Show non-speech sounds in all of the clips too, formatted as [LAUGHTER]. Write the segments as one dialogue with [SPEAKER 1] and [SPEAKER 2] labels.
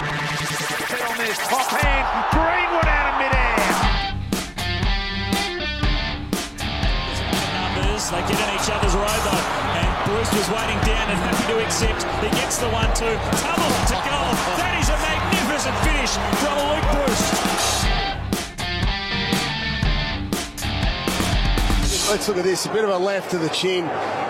[SPEAKER 1] on this. Pop in. Greenwood out of midair.
[SPEAKER 2] numbers. They get in each other's row though. And Bruce was waiting down and happy to accept. He gets the one two. Tumble to goal. That is a magnificent finish from Luke Bruce.
[SPEAKER 3] Let's look at this. A bit of a left to the chin.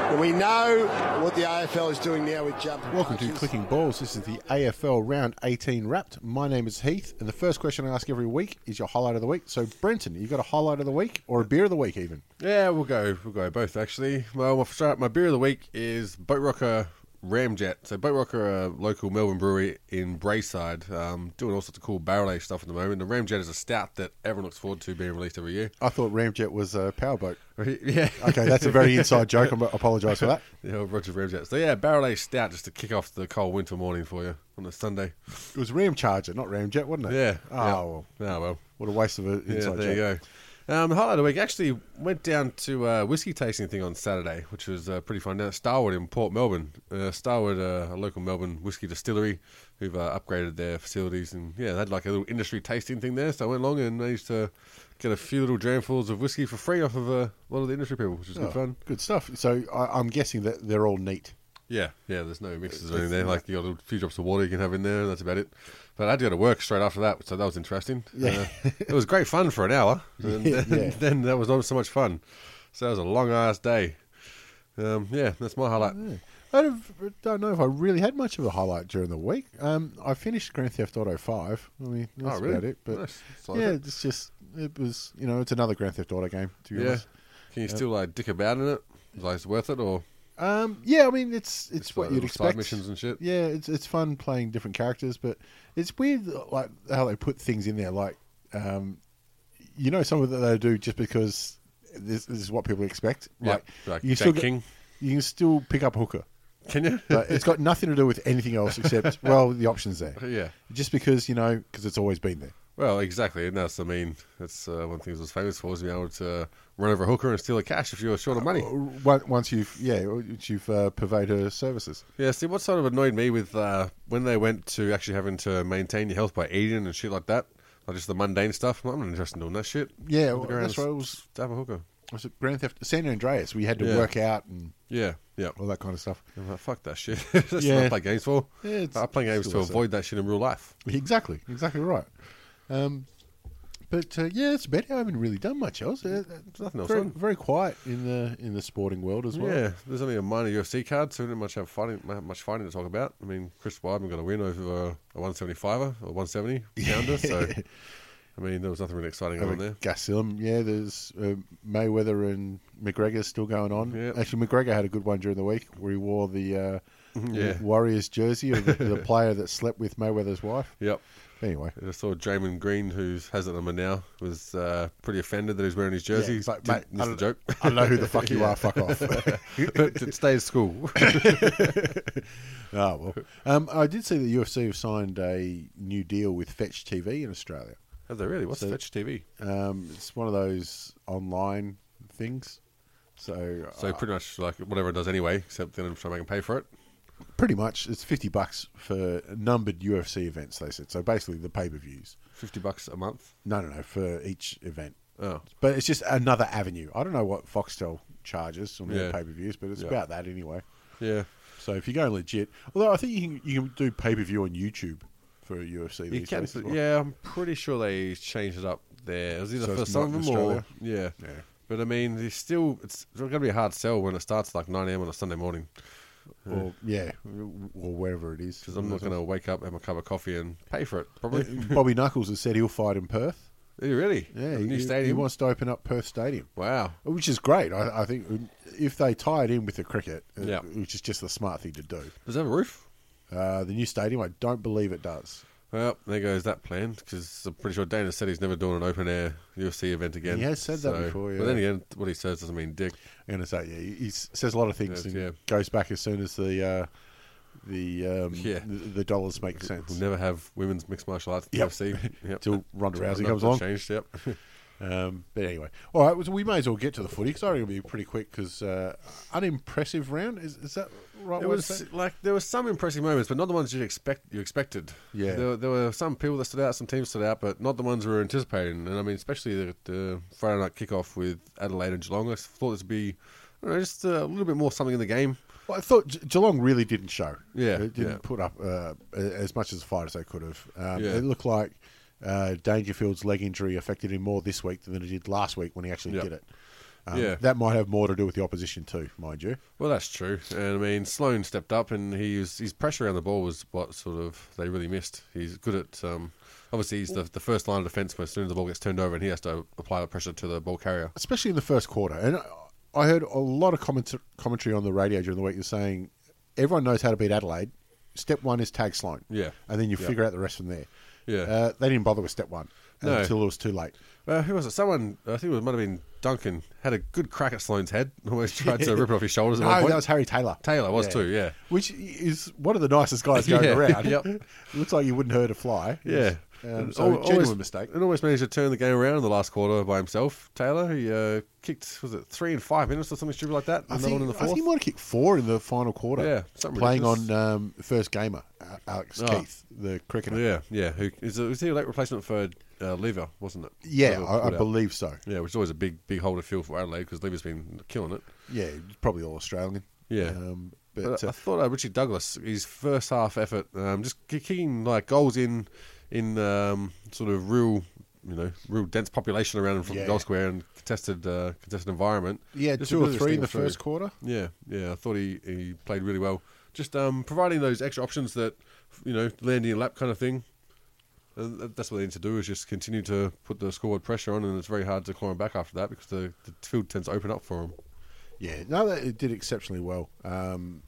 [SPEAKER 3] And we know what the AFL is doing now with jump.
[SPEAKER 4] Welcome to Clicking Balls. This is the AFL Round 18 Wrapped. My name is Heath, and the first question I ask every week is your highlight of the week. So, Brenton, you got a highlight of the week or a beer of the week, even?
[SPEAKER 5] Yeah, we'll go. We'll go both actually. Well, my, start, my beer of the week is Boat Rocker Ramjet. So Boat Rocker, a local Melbourne brewery in Brayside, um, doing all sorts of cool barrel aged stuff at the moment. The Ramjet is a stout that everyone looks forward to being released every year. [LAUGHS]
[SPEAKER 4] I thought Ramjet was a powerboat.
[SPEAKER 5] yeah.
[SPEAKER 4] Okay, that's a very inside joke. I apologise for that.
[SPEAKER 5] Yeah, Roger Ramjet. So yeah, barrel aged stout just to kick off the cold winter morning for you on a Sunday.
[SPEAKER 4] It was Ram Charger, not Ramjet, wasn't it?
[SPEAKER 5] Yeah.
[SPEAKER 4] Oh,
[SPEAKER 5] yeah.
[SPEAKER 4] well,
[SPEAKER 5] Ah, well.
[SPEAKER 4] what a waste of an
[SPEAKER 5] Yeah,
[SPEAKER 4] inside joke.
[SPEAKER 5] there you go. Um, highlight of the week actually went down to uh, whiskey tasting thing on Saturday, which was uh, pretty fun. Down at Starwood in Port Melbourne, uh, Starwood, uh, a local Melbourne whiskey distillery, who've uh, upgraded their facilities, and yeah, they had like a little industry tasting thing there. So I went along and managed to get a few little dramfuls of whiskey for free off of uh, a lot of the industry people, which was
[SPEAKER 4] Oh,
[SPEAKER 5] good fun.
[SPEAKER 4] Good stuff. So, I, I'm guessing that they're all neat.
[SPEAKER 5] Yeah, yeah. There's no mixes or anything there. Like you got a few drops of water you can have in there. and That's about it. But I had to go to work straight after that, so that was interesting. Yeah. it was great fun for an hour, and
[SPEAKER 4] Yeah,
[SPEAKER 5] then,
[SPEAKER 4] yeah.
[SPEAKER 5] then that was not so much fun. So that was a long ass day. Um, yeah, that's my highlight.
[SPEAKER 4] I don't, don't know if I really had much of a highlight during the week. Um, I finished Grand Theft Auto Five. I mean, that's
[SPEAKER 5] Oh, really?
[SPEAKER 4] about it. But
[SPEAKER 5] Nice. It's like
[SPEAKER 4] yeah,
[SPEAKER 5] it.
[SPEAKER 4] it's just it was you know it's another Grand Theft Auto game. To be
[SPEAKER 5] Yeah.
[SPEAKER 4] honest,
[SPEAKER 5] Can you still like dick about in it? Like it's worth it, or
[SPEAKER 4] um, yeah. I mean, it's it's,
[SPEAKER 5] It's
[SPEAKER 4] what
[SPEAKER 5] like
[SPEAKER 4] you'd
[SPEAKER 5] little side
[SPEAKER 4] expect.
[SPEAKER 5] missions and shit.
[SPEAKER 4] Yeah, it's it's fun playing different characters, but it's weird like how they put things in there. Like, um, you know, some of that they do just because this, this is what people expect.
[SPEAKER 5] Yeah,
[SPEAKER 4] Like,
[SPEAKER 5] like
[SPEAKER 4] you
[SPEAKER 5] Jack
[SPEAKER 4] still get-
[SPEAKER 5] King.
[SPEAKER 4] you can still pick up a hooker.
[SPEAKER 5] can you?
[SPEAKER 4] but it's got nothing to do with anything else
[SPEAKER 5] [LAUGHS]
[SPEAKER 4] except well the options there
[SPEAKER 5] Yeah.
[SPEAKER 4] just because you know because it's always been there
[SPEAKER 5] Well, exactly, and that's I mean that's uh, one thing it was famous for was being able to run over a hooker and steal a cash if you were short of money.
[SPEAKER 4] O- on- once you've yeah once you've uh, purveyed her services
[SPEAKER 5] Yeah, see, what sort of annoyed me with uh, when they went to actually having to maintain your health by eating and shit like that, like just the mundane stuff. I'm not interested in doing that shit.
[SPEAKER 4] yeah
[SPEAKER 5] Look
[SPEAKER 4] well,
[SPEAKER 5] around
[SPEAKER 4] that's
[SPEAKER 5] and
[SPEAKER 4] why it was
[SPEAKER 5] Stab a hooker.
[SPEAKER 4] was it Grand Theft San Andreas we had to
[SPEAKER 5] Yeah.
[SPEAKER 4] work out and
[SPEAKER 5] Yeah, yeah.
[SPEAKER 4] all that kind of stuff
[SPEAKER 5] I'm like, fuck that shit. [LAUGHS] That's
[SPEAKER 4] Yeah.
[SPEAKER 5] what I play games for.
[SPEAKER 4] Yeah, it's-
[SPEAKER 5] I play games
[SPEAKER 4] it's
[SPEAKER 5] to
[SPEAKER 4] still the
[SPEAKER 5] avoid that shit in real life.
[SPEAKER 4] exactly exactly right um but uh, yeah it's better I haven't really done much else Uh,
[SPEAKER 5] There's nothing else
[SPEAKER 4] very,
[SPEAKER 5] on.
[SPEAKER 4] very quiet in the in the sporting world as well
[SPEAKER 5] Yeah, there's only a minor UFC card, so we didn't much have fighting, mu- much fighting to talk about. I mean, Chris Weidman got a win over uh, a 175er
[SPEAKER 4] [LAUGHS]
[SPEAKER 5] or 170 pounder, so I mean, there was nothing really exciting
[SPEAKER 4] Over
[SPEAKER 5] on there.
[SPEAKER 4] Gaslam, yeah. There's uh, Mayweather and McGregor still going on.
[SPEAKER 5] Yep.
[SPEAKER 4] Actually, McGregor had a good one during the week where he wore the uh,
[SPEAKER 5] Mm-hmm. Yeah.
[SPEAKER 4] Warriors jersey of the,
[SPEAKER 5] [LAUGHS]
[SPEAKER 4] the player that slept with Mayweather's wife.
[SPEAKER 5] Yep. [LAUGHS]
[SPEAKER 4] Anyway,
[SPEAKER 5] I saw Draymond Green, who has it number now, was uh, pretty offended that he was wearing his jersey.
[SPEAKER 4] Yeah, it's like,
[SPEAKER 5] Didn't-
[SPEAKER 4] mate, I
[SPEAKER 5] missed the
[SPEAKER 4] don't-
[SPEAKER 5] joke.
[SPEAKER 4] I know who the fuck you are. Fuck
[SPEAKER 5] [LAUGHS]
[SPEAKER 4] off.
[SPEAKER 5] but to stay at [COUGHS] school.
[SPEAKER 4] oh well. Um, I did see the UFC have signed a new deal with Fetch TV in Australia.
[SPEAKER 5] Have they really? What's
[SPEAKER 4] So-
[SPEAKER 5] Fetch TV?
[SPEAKER 4] Um, it's one of those online things. So, uh,
[SPEAKER 5] So pretty much like whatever it does anyway, except then I'm trying to make them pay for it.
[SPEAKER 4] pretty much it's fifty bucks for numbered UFC events. They said so. Basically, the pay per views.
[SPEAKER 5] Fifty bucks a month.
[SPEAKER 4] No, no, no, for each event.
[SPEAKER 5] Oh.
[SPEAKER 4] But it's just another avenue. I don't know what Foxtel charges on their
[SPEAKER 5] Yeah.
[SPEAKER 4] pay per views, but it's
[SPEAKER 5] Yeah.
[SPEAKER 4] about that anyway.
[SPEAKER 5] Yeah.
[SPEAKER 4] So if you're going legit, although I think you can, you can do pay per view on YouTube for UFC.
[SPEAKER 5] You
[SPEAKER 4] these
[SPEAKER 5] can.
[SPEAKER 4] days as well.
[SPEAKER 5] Yeah, I'm pretty sure they changed it up there. It was either
[SPEAKER 4] So
[SPEAKER 5] for
[SPEAKER 4] it's
[SPEAKER 5] some of
[SPEAKER 4] not in
[SPEAKER 5] them or
[SPEAKER 4] Australia?
[SPEAKER 5] yeah.
[SPEAKER 4] Yeah.
[SPEAKER 5] But I mean, there's still it's, it's going to be a hard sell when it starts like 9 a.m. on a Sunday morning
[SPEAKER 4] Or, yeah, or wherever it is.
[SPEAKER 5] Mm-hmm. because I'm not going to wake up, have my cup of coffee, and pay for it. Probably. [LAUGHS]
[SPEAKER 4] Bobby Knuckles has said he'll fight in Perth.
[SPEAKER 5] Did he really?
[SPEAKER 4] Yeah,
[SPEAKER 5] The
[SPEAKER 4] he,
[SPEAKER 5] new
[SPEAKER 4] he-
[SPEAKER 5] stadium.
[SPEAKER 4] he wants to open up Perth Stadium,
[SPEAKER 5] wow.
[SPEAKER 4] which is great. I, I think if they tie it in with the cricket, uh,
[SPEAKER 5] Yeah.
[SPEAKER 4] which is just the smart thing to do.
[SPEAKER 5] Does it have a roof?
[SPEAKER 4] Uh, the new stadium, I don't believe it does.
[SPEAKER 5] Well, there goes that plan because I'm pretty sure Dana said he's never doing an open air UFC event again.
[SPEAKER 4] He has said that before, yeah.
[SPEAKER 5] But then again, what he says doesn't mean dick.
[SPEAKER 4] I'm going to say, yeah, he, he s- says a lot of things
[SPEAKER 5] Yes,
[SPEAKER 4] and
[SPEAKER 5] yeah.
[SPEAKER 4] goes back as soon as the uh, the, um,
[SPEAKER 5] Yeah.
[SPEAKER 4] the the dollars make sense.
[SPEAKER 5] We'll never have women's mixed martial arts at the
[SPEAKER 4] Yep. [LAUGHS]
[SPEAKER 5] UFC. Yep.
[SPEAKER 4] Till Ronda Rousey comes
[SPEAKER 5] Nothing's
[SPEAKER 4] along. [LAUGHS]
[SPEAKER 5] Changed. Yep.
[SPEAKER 4] Um, but anyway, all right. So we may as well get to the footy because I think it'll be pretty quick. Because uh, unimpressive round is, is that right?
[SPEAKER 5] It
[SPEAKER 4] word to
[SPEAKER 5] was
[SPEAKER 4] say?
[SPEAKER 5] like there were some impressive moments, but not the ones you expect. You expected.
[SPEAKER 4] Yeah.
[SPEAKER 5] There, there were some people that stood out, some teams stood out, but not the ones we were anticipating. And I mean, especially the, the Friday night kickoff with Adelaide and Geelong. I s- thought this would be, I don't know, just a little bit more something in the game.
[SPEAKER 4] Well, I thought Ge- Geelong really didn't show.
[SPEAKER 5] Yeah,
[SPEAKER 4] it didn't
[SPEAKER 5] yeah.
[SPEAKER 4] put up uh, a- as much as a fight as they could have. Um,
[SPEAKER 5] Yeah.
[SPEAKER 4] It looked like uh, Dangerfield's leg injury affected him more this week than it did last week when he actually
[SPEAKER 5] Yeah.
[SPEAKER 4] did it. Um,
[SPEAKER 5] Yeah.
[SPEAKER 4] that might have more to do with the opposition too, mind you.
[SPEAKER 5] Well, that's true. And I mean, Sloan stepped up, and he was, his pressure around the ball was what sort of they really missed. He's good at um, obviously he's the, the first line of defence. But as soon as the ball gets turned over, and he has to apply the pressure to the ball carrier.
[SPEAKER 4] especially in the first quarter. And I- I heard a lot of comment- commentary on the radio during the week saying everyone knows how to beat Adelaide. Step one is tag Sloan.
[SPEAKER 5] Yeah.
[SPEAKER 4] And then you
[SPEAKER 5] Yeah.
[SPEAKER 4] figure out the rest from there.
[SPEAKER 5] Yeah.
[SPEAKER 4] Uh, they didn't bother with step one
[SPEAKER 5] No.
[SPEAKER 4] until it was too late.
[SPEAKER 5] Uh, who was it? Someone I think it might have been Duncan had a good crack at Sloan's head. [LAUGHS] Almost tried to rip it off his shoulders. At one
[SPEAKER 4] No,
[SPEAKER 5] point.
[SPEAKER 4] that was Harry Taylor.
[SPEAKER 5] Taylor was too. Yeah,
[SPEAKER 4] Which is one of the nicest
[SPEAKER 5] [LAUGHS]
[SPEAKER 4] guys going
[SPEAKER 5] Yeah,
[SPEAKER 4] around. [LAUGHS]
[SPEAKER 5] yep.
[SPEAKER 4] Looks like you wouldn't hurt a fly.
[SPEAKER 5] yeah.
[SPEAKER 4] Um,
[SPEAKER 5] And
[SPEAKER 4] so,
[SPEAKER 5] al-
[SPEAKER 4] genuine
[SPEAKER 5] almost-
[SPEAKER 4] mistake.
[SPEAKER 5] And almost managed to turn the game around in the last quarter by himself. Taylor, he uh, kicked was it three and five minutes or something stupid like that.
[SPEAKER 4] I
[SPEAKER 5] Another
[SPEAKER 4] think,
[SPEAKER 5] one in the
[SPEAKER 4] I
[SPEAKER 5] fourth.
[SPEAKER 4] think he might have kicked four in the final quarter.
[SPEAKER 5] Yeah, something
[SPEAKER 4] Playing
[SPEAKER 5] ridiculous.
[SPEAKER 4] on um, first gamer, uh, Alex
[SPEAKER 5] Oh.
[SPEAKER 4] Keith, the cricketer.
[SPEAKER 5] Yeah, yeah. Who is it, was he a late replacement for uh, Lever, wasn't it?
[SPEAKER 4] Yeah,
[SPEAKER 5] Lever
[SPEAKER 4] I, I
[SPEAKER 5] pulled out.
[SPEAKER 4] believe so.
[SPEAKER 5] Yeah, which is always a big, big hole to fill for Adelaide because Lever's been killing it.
[SPEAKER 4] Yeah, probably all Australian.
[SPEAKER 5] Yeah.
[SPEAKER 4] Um, but
[SPEAKER 5] But I
[SPEAKER 4] uh,
[SPEAKER 5] thought uh, Richie Douglas, his first half effort, um, just ki- kicking like goals in, in um, sort of real, you know, real dense population around him from
[SPEAKER 4] Yeah.
[SPEAKER 5] the goal square and contested, uh, contested environment.
[SPEAKER 4] yeah,
[SPEAKER 5] Just
[SPEAKER 4] two or
[SPEAKER 5] really
[SPEAKER 4] three in
[SPEAKER 5] sticking
[SPEAKER 4] the
[SPEAKER 5] through.
[SPEAKER 4] first quarter.
[SPEAKER 5] Yeah, yeah. I thought he, he played really well. Just um, providing those extra options that, you know, land in your lap kind of thing. And that- that's what they need to do is just continue to put the scoreboard pressure on, and it's very hard to climb back after that because the, the field tends to open up for them.
[SPEAKER 4] Yeah, no, that, it did exceptionally well. Um,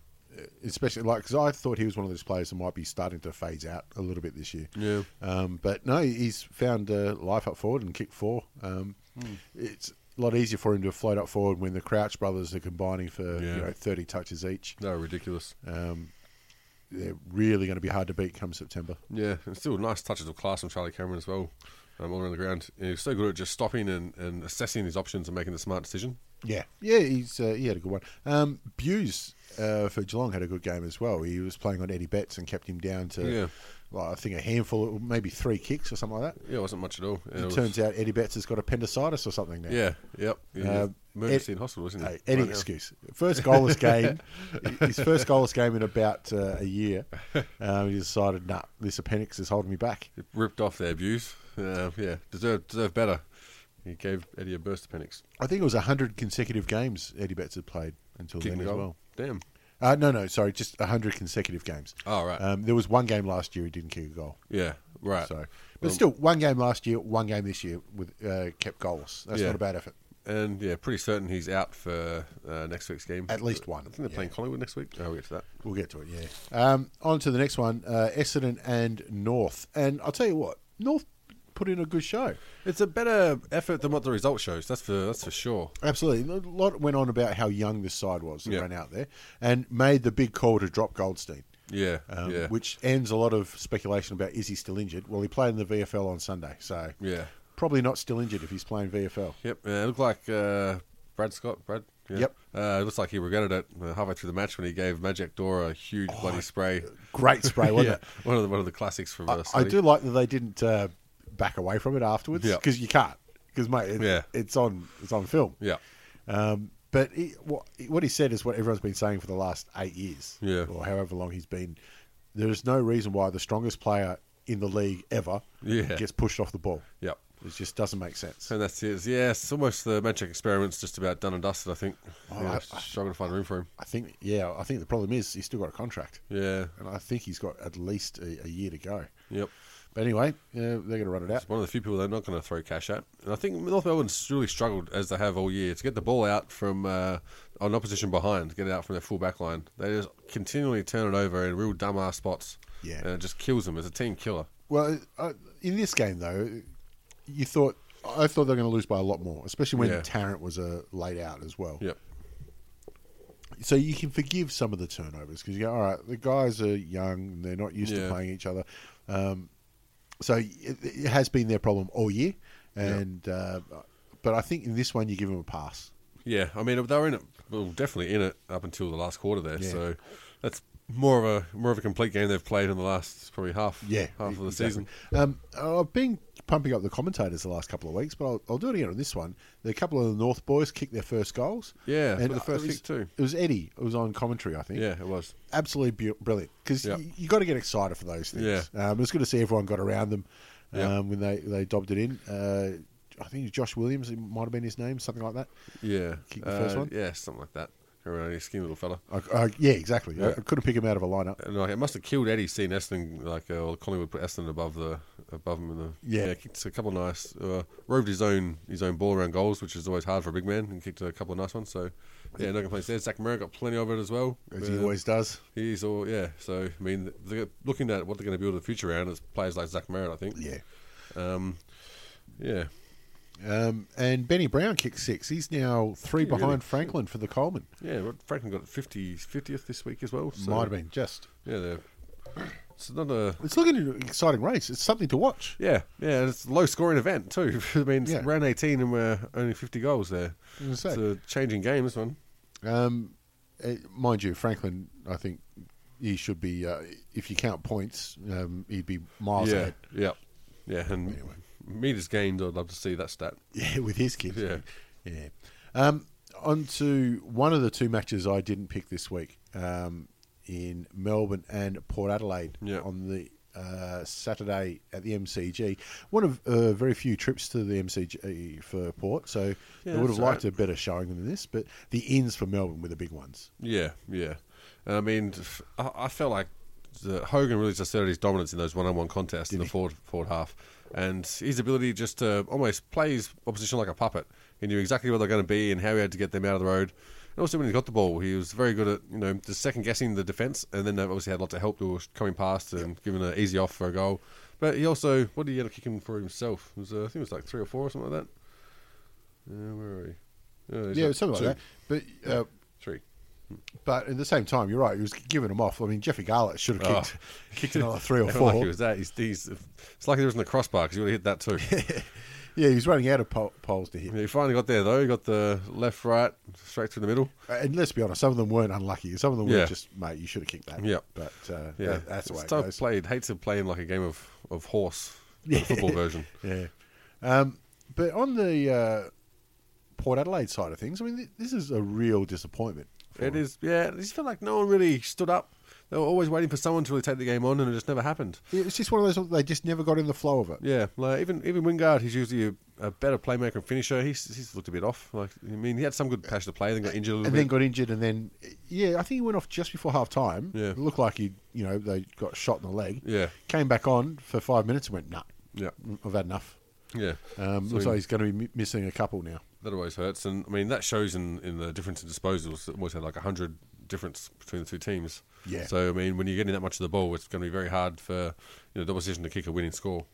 [SPEAKER 4] especially like because I thought he was one of those players that might be starting to phase out a little bit this year.
[SPEAKER 5] Yeah.
[SPEAKER 4] Um, but no, he's found uh, life up forward and kicked four. Um, It's a lot easier for him to float up forward when the Crouch brothers are combining for
[SPEAKER 5] Yeah.
[SPEAKER 4] you know thirty touches each.
[SPEAKER 5] No, ridiculous.
[SPEAKER 4] Um, they're really going to be hard to beat come September.
[SPEAKER 5] Yeah, and still nice touches of class from Charlie Cameron as well, um, all around the ground. And he's so good at just stopping and, and assessing his options and making the smart decision.
[SPEAKER 4] Yeah, yeah, he's uh, he had a good one. Um, Buse uh, for Geelong had a good game as well. He was playing on Eddie Betts and kept him down to,
[SPEAKER 5] Yeah.
[SPEAKER 4] well, I think a handful, maybe three kicks or something like that.
[SPEAKER 5] Yeah, it wasn't much at all.
[SPEAKER 4] It, turns out Eddie Betts has got appendicitis or something now.
[SPEAKER 5] Yeah, yep. Yeah,
[SPEAKER 4] Um,
[SPEAKER 5] emergency
[SPEAKER 4] Ed-
[SPEAKER 5] in hospital, isn't he?
[SPEAKER 4] Hey, any
[SPEAKER 5] Right now.
[SPEAKER 4] excuse. First
[SPEAKER 5] [LAUGHS]
[SPEAKER 4] goalless game, his first goalless game in about uh, a year. Um, he decided, nah, this appendix is holding me back.
[SPEAKER 5] ripped off their views. Uh, yeah, deserved deserved better. He gave Eddie a burst appendix.
[SPEAKER 4] I think it was hundred consecutive games Eddie Betts had played until
[SPEAKER 5] Kicking
[SPEAKER 4] then
[SPEAKER 5] the
[SPEAKER 4] as
[SPEAKER 5] goal.
[SPEAKER 4] well.
[SPEAKER 5] Damn.
[SPEAKER 4] Uh, no, no, sorry, just 100 consecutive games.
[SPEAKER 5] Oh, right.
[SPEAKER 4] Um, there was one game last year he didn't kick a goal.
[SPEAKER 5] Yeah. Right.
[SPEAKER 4] So, but
[SPEAKER 5] Well,
[SPEAKER 4] still, one game last year, one game this year with uh, kept goals. That's
[SPEAKER 5] Yeah.
[SPEAKER 4] not a bad effort.
[SPEAKER 5] and yeah, pretty certain he's out for uh, next week's game.
[SPEAKER 4] At least one,
[SPEAKER 5] I think they're
[SPEAKER 4] yeah.
[SPEAKER 5] playing Collingwood next week. Oh, we'll get to that.
[SPEAKER 4] We'll get to it, yeah. Um, on to the next one uh, Essendon and North. And I'll tell you what, North put in a good show.
[SPEAKER 5] It's a better effort than what the result shows. That's for that's for sure.
[SPEAKER 4] Absolutely. A lot went on about how young this side was that
[SPEAKER 5] Yeah.
[SPEAKER 4] ran out there and made the big call to drop Goldstein.
[SPEAKER 5] Yeah.
[SPEAKER 4] Um,
[SPEAKER 5] yeah.
[SPEAKER 4] Which ends a lot of speculation about is he still injured? Well, he played in the VFL on Sunday, so
[SPEAKER 5] Yeah.
[SPEAKER 4] probably not still injured if he's playing VFL.
[SPEAKER 5] Yep. Uh, it looked like uh, Brad Scott. Brad. Yeah.
[SPEAKER 4] Yep.
[SPEAKER 5] Uh, it looks like he regretted it uh, halfway through the match when he gave Magic Dora a huge
[SPEAKER 4] Oh,
[SPEAKER 5] bloody spray.
[SPEAKER 4] Great
[SPEAKER 5] [LAUGHS]
[SPEAKER 4] spray, wasn't
[SPEAKER 5] yeah,
[SPEAKER 4] it?
[SPEAKER 5] one of the one of the classics from. Uh,
[SPEAKER 4] I- I
[SPEAKER 5] Scotty.
[SPEAKER 4] do like that they didn't uh, back away from it afterwards
[SPEAKER 5] Yeah.
[SPEAKER 4] because you can't because mate, it,
[SPEAKER 5] Yeah.
[SPEAKER 4] it's on it's on film.
[SPEAKER 5] Yeah.
[SPEAKER 4] Um, but he, what what he said is what everyone's been saying for the last eight years,
[SPEAKER 5] Yeah.
[SPEAKER 4] or however long he's been. There is no reason why the strongest player in the league ever
[SPEAKER 5] Yeah.
[SPEAKER 4] gets pushed off the ball.
[SPEAKER 5] Yep.
[SPEAKER 4] It just doesn't make sense.
[SPEAKER 5] And that's his. Yeah, it's almost the magic experiment's just about done and dusted, I think. yeah,
[SPEAKER 4] Oh, I-
[SPEAKER 5] struggling to find room for him.
[SPEAKER 4] I think, yeah, I think the problem is he's still got a contract.
[SPEAKER 5] Yeah.
[SPEAKER 4] And I think he's got at least a, a year to go.
[SPEAKER 5] Yep.
[SPEAKER 4] But anyway, yeah, they're going to run it out.
[SPEAKER 5] One of the few people they're not going to throw cash at. And I think North Melbourne's really struggled, as they have all year, to get the ball out from uh, on opposition behind, get it out from their full back line. They just continually turn it over in real dumbass spots.
[SPEAKER 4] Yeah.
[SPEAKER 5] And it just kills them. It's a team killer.
[SPEAKER 4] Well, uh, in this game though, you thought I thought they were going to lose by a lot more, especially when
[SPEAKER 5] Yeah.
[SPEAKER 4] Tarrant was uh, laid out as well.
[SPEAKER 5] Yep.
[SPEAKER 4] So you can forgive some of the turnovers because you go, all right, the guys are young, and they're not used
[SPEAKER 5] Yeah.
[SPEAKER 4] to playing each other. Um, so it, it has been their problem all year, and uh, but I think in this one you give them a pass.
[SPEAKER 5] Yeah, I mean they were in it, well, definitely in it up until the last quarter there.
[SPEAKER 4] Yeah.
[SPEAKER 5] So that's more of a more of a complete game they've played in the last probably half half of the
[SPEAKER 4] exactly.
[SPEAKER 5] season.
[SPEAKER 4] Um, I've been pumping up the commentators the last couple of weeks, but I'll, I'll do it again on this one. The couple of the North boys kicked their first goals.
[SPEAKER 5] Yeah, with the
[SPEAKER 4] it
[SPEAKER 5] first
[SPEAKER 4] was-
[SPEAKER 5] kick too.
[SPEAKER 4] It was Eddie. It was on commentary, I think.
[SPEAKER 5] Yeah, it was.
[SPEAKER 4] absolutely bu- brilliant because
[SPEAKER 5] Yeah.
[SPEAKER 4] you, you got to get excited for those things.
[SPEAKER 5] Yeah.
[SPEAKER 4] um, it was good to see everyone got around them um,
[SPEAKER 5] Yeah.
[SPEAKER 4] when they they dobbed it in. Uh, I think Josh Williams it might have been his name, something like that.
[SPEAKER 5] Yeah,
[SPEAKER 4] Kick the first
[SPEAKER 5] Uh,
[SPEAKER 4] one?
[SPEAKER 5] Yeah, something like that. Around his skinny little fella.
[SPEAKER 4] I, I, yeah, exactly. I,
[SPEAKER 5] Yeah.
[SPEAKER 4] I couldn't pick him out of a lineup.
[SPEAKER 5] And like, it must have killed Eddie seeing Essendon like uh, well, Collingwood put Essendon above the above him in the
[SPEAKER 4] Yeah.
[SPEAKER 5] kicked a couple of nice uh, roved his own his own ball around goals which is always hard for a big man and kicked a couple of nice ones so yeah no complaints there Zach Murray got plenty of it as well
[SPEAKER 4] As he
[SPEAKER 5] Uh,
[SPEAKER 4] always does.
[SPEAKER 5] He's all yeah. So I mean, they're looking at what they're going to build the future around is players like Zach Merritt, I think.
[SPEAKER 4] Yeah.
[SPEAKER 5] Um, yeah.
[SPEAKER 4] Um, and Benny Brown kicked six. He's now three
[SPEAKER 5] Did he
[SPEAKER 4] behind
[SPEAKER 5] really?
[SPEAKER 4] Franklin for the Coleman.
[SPEAKER 5] Yeah. but Franklin got 50, 50th this week as well. So,
[SPEAKER 4] Might have been just.
[SPEAKER 5] Yeah. They're, it's not a.
[SPEAKER 4] It's looking an exciting race. It's something to watch.
[SPEAKER 5] Yeah, yeah, and it's a low scoring event too. [LAUGHS] I mean, it's
[SPEAKER 4] Yeah.
[SPEAKER 5] round 18 and we're only 50 goals there.
[SPEAKER 4] gonna
[SPEAKER 5] It's
[SPEAKER 4] say.
[SPEAKER 5] a changing game, this one.
[SPEAKER 4] Um, eh, mind you, Franklin, I think he should be. Uh, if you count points, um, he'd be miles
[SPEAKER 5] yeah,
[SPEAKER 4] ahead.
[SPEAKER 5] yeah, yeah, and meters gained, I'd love to see that stat.
[SPEAKER 4] Yeah, with his kids.
[SPEAKER 5] Yeah.
[SPEAKER 4] yeah. Um, on to one of the two matches I didn't pick this week um, in Melbourne and Port Adelaide
[SPEAKER 5] Yeah.
[SPEAKER 4] on the uh, Saturday at the MCG. One of uh, very few trips to the MCG for Port, so they
[SPEAKER 5] Yeah,
[SPEAKER 4] would
[SPEAKER 5] that's
[SPEAKER 4] have liked
[SPEAKER 5] right.
[SPEAKER 4] a better showing than this. But the ins for Melbourne were the big ones.
[SPEAKER 5] Yeah, yeah. And I mean, f- I, I felt like the, Hogan really just asserted his dominance in those one-on-one contests in the forward forward half, and his ability just to almost play his opposition like a puppet. He knew exactly where they're going to be and how he had to get them out of the road. And also when he got the ball, he was very good at you know just second guessing the defense, and then they obviously had lots of help that was coming past and giving an easy off for a goal. But he also, what did he end up kicking for himself? It was uh, I think it was like three or four or something like that. Uh, where are we? Uh, he's
[SPEAKER 4] Yeah,
[SPEAKER 5] got
[SPEAKER 4] something
[SPEAKER 5] two,
[SPEAKER 4] like that. But uh,
[SPEAKER 5] Three.
[SPEAKER 4] But at the same time, you're right. He was giving them off. I mean, Jeffrey Garlett should have
[SPEAKER 5] Oh.
[SPEAKER 4] kicked, [LAUGHS] kicked another
[SPEAKER 5] [LAUGHS]
[SPEAKER 4] three or
[SPEAKER 5] How
[SPEAKER 4] four.
[SPEAKER 5] Lucky was that? He's, he's, it's lucky there wasn't a crossbar because he would have hit
[SPEAKER 4] [LAUGHS]
[SPEAKER 5] that too.
[SPEAKER 4] yeah, he was running out of pol- poles to hit.
[SPEAKER 5] he finally got there though. He got the left, right, straight through the middle.
[SPEAKER 4] Uh, And let's be honest, some of them weren't unlucky. Some of them
[SPEAKER 5] Yeah.
[SPEAKER 4] were just, mate, you should have kicked that.
[SPEAKER 5] Yep.
[SPEAKER 4] But uh,
[SPEAKER 5] Yeah,
[SPEAKER 4] that- that's the way
[SPEAKER 5] it's
[SPEAKER 4] it
[SPEAKER 5] tough
[SPEAKER 4] goes.
[SPEAKER 5] played. Hates to play in like a game of of
[SPEAKER 4] [LAUGHS]
[SPEAKER 5] horse the football version.
[SPEAKER 4] Yeah. Um, but on the uh, Port Adelaide side of things, I mean, th- this is a real disappointment. for
[SPEAKER 5] It is. Yeah, I just feel like no one really stood up. They were always waiting for someone to really take the game on, and it just never happened.
[SPEAKER 4] them. It's just one of those, they just never got in the flow of it.
[SPEAKER 5] Yeah, like even even Wingard, he's usually a, a better playmaker and finisher. He's he's looked a bit off. Like I mean, he had some good passion to play, then got injured a little
[SPEAKER 4] and
[SPEAKER 5] bit.
[SPEAKER 4] then got injured, and then yeah, I think he went off just before half time.
[SPEAKER 5] Yeah.
[SPEAKER 4] it looked like he, you know, they got shot in the leg.
[SPEAKER 5] Yeah.
[SPEAKER 4] came back on for five minutes and went, nah,
[SPEAKER 5] Yeah.
[SPEAKER 4] I've had enough.
[SPEAKER 5] yeah,
[SPEAKER 4] Mm. Um,
[SPEAKER 5] So
[SPEAKER 4] looks
[SPEAKER 5] he-
[SPEAKER 4] like he's going to be mi- missing a couple now.
[SPEAKER 5] That always hurts, and I mean that shows in, in the difference in disposals. It always had like hundred difference between the two teams.
[SPEAKER 4] Yeah.
[SPEAKER 5] So I mean, when you're getting that much of the ball, it's going to be very hard for you know the opposition to kick a winning score.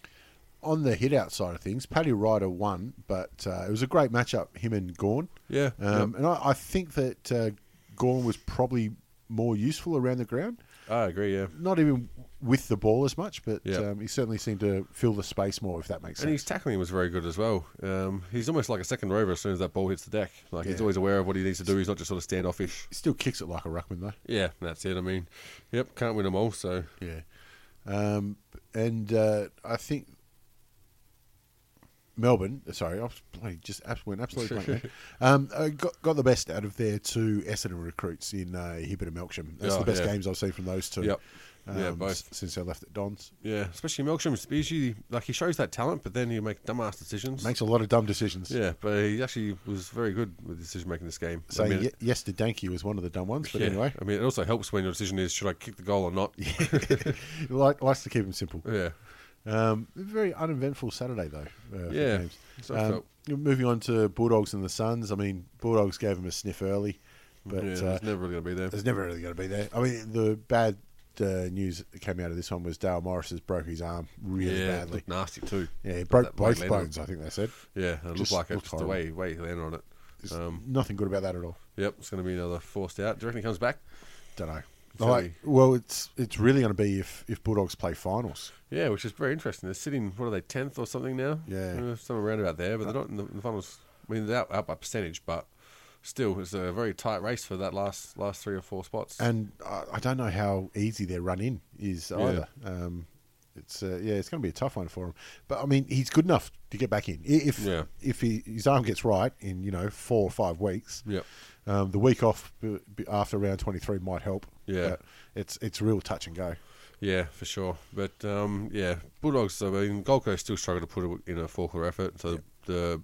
[SPEAKER 4] On the hit out side of things, Paddy Ryder won, but uh, it was a great matchup, him and Gorn.
[SPEAKER 5] Yeah,
[SPEAKER 4] um, and I, I think that uh, Gorn was probably more useful around the ground.
[SPEAKER 5] I agree. Yeah.
[SPEAKER 4] Not even with the ball as much, but
[SPEAKER 5] Yeah.
[SPEAKER 4] um, he certainly seemed to fill the space more, if that makes
[SPEAKER 5] And
[SPEAKER 4] sense.
[SPEAKER 5] his tackling was very good as well. Um, he's almost like a second rover as soon as that ball hits the deck. Like he's
[SPEAKER 4] Yeah.
[SPEAKER 5] always aware of what he needs to do. He's not just sort of standoffish.
[SPEAKER 4] He still kicks it like a ruckman, though.
[SPEAKER 5] Yeah, that's it. I mean, yep, can't win them all. So
[SPEAKER 4] Yeah. Um, and uh, I think Melbourne, sorry, I was bloody just abs- went absolutely blank
[SPEAKER 5] [LAUGHS]
[SPEAKER 4] there. Um, uh, got, got the best out of their two Essendon recruits in uh, Hibbert and Melksham. That's
[SPEAKER 5] Oh,
[SPEAKER 4] the best
[SPEAKER 5] yeah.
[SPEAKER 4] games I've seen from those two.
[SPEAKER 5] Yep. Yeah,
[SPEAKER 4] um,
[SPEAKER 5] both.
[SPEAKER 4] s- Since I left at Don's.
[SPEAKER 5] Yeah, especially Milksham. He's usually like he shows that talent, but then he make dumbass decisions.
[SPEAKER 4] Makes a lot of dumb decisions.
[SPEAKER 5] yeah, but he actually was very good with decision making this game.
[SPEAKER 4] Saying
[SPEAKER 5] I mean,
[SPEAKER 4] ye- yes to Danke was one of the dumb ones, but
[SPEAKER 5] yeah,
[SPEAKER 4] anyway,
[SPEAKER 5] I mean, it also helps when your decision is should I kick the goal
[SPEAKER 4] [LAUGHS]
[SPEAKER 5] or not.
[SPEAKER 4] he like, likes to keep them simple.
[SPEAKER 5] yeah,
[SPEAKER 4] Um, very uneventful Saturday though. Uh, for
[SPEAKER 5] Yeah,
[SPEAKER 4] games.
[SPEAKER 5] so I
[SPEAKER 4] Um,
[SPEAKER 5] felt-
[SPEAKER 4] moving on to Bulldogs and the Suns. I mean, Bulldogs gave them a sniff early, but
[SPEAKER 5] yeah.
[SPEAKER 4] uh,
[SPEAKER 5] it's never really gonna be there.
[SPEAKER 4] there's never really going to be there. I mean, the bad uh, news that came out of this one was Dale Morris has broke his arm really
[SPEAKER 5] yeah, it
[SPEAKER 4] badly.
[SPEAKER 5] looked nasty too.
[SPEAKER 4] Yeah, he
[SPEAKER 5] That
[SPEAKER 4] broke
[SPEAKER 5] bloke
[SPEAKER 4] both
[SPEAKER 5] landed on-
[SPEAKER 4] bones. I think they said.
[SPEAKER 5] Yeah, and it
[SPEAKER 4] Just
[SPEAKER 5] looked like it.
[SPEAKER 4] looked
[SPEAKER 5] Just the
[SPEAKER 4] horrible.
[SPEAKER 5] way way he landed on it.
[SPEAKER 4] There's
[SPEAKER 5] Um,
[SPEAKER 4] nothing good about that at all.
[SPEAKER 5] yep, it's gonna be another forced out. Do you reckon he comes back?
[SPEAKER 4] Don't know.
[SPEAKER 5] Tell
[SPEAKER 4] Like,
[SPEAKER 5] me.
[SPEAKER 4] well, it's it's really going to be if if Bulldogs play finals.
[SPEAKER 5] Yeah, which is very interesting. They're sitting, what are they, tenth or something now?
[SPEAKER 4] Yeah.
[SPEAKER 5] Uh, somewhere around about there, but they're not in the, in the finals. I mean, they're out, out by percentage, but still, it's a very tight race for that last last three or four spots.
[SPEAKER 4] and I, I don't know how easy their run in is either. Um, it's uh, yeah, it's going to be a tough one for him. But I mean, he's good enough to get back in I- if
[SPEAKER 5] Yeah.
[SPEAKER 4] if he, his arm gets right in you know four or five weeks.
[SPEAKER 5] Yep.
[SPEAKER 4] Um, the week off b- b- after round twenty three might help.
[SPEAKER 5] Yeah.
[SPEAKER 4] But it's it's real touch and go.
[SPEAKER 5] yeah, for sure. But um, yeah, Bulldogs. I mean, Gold Coast still struggle to put it in a four quarter effort. So the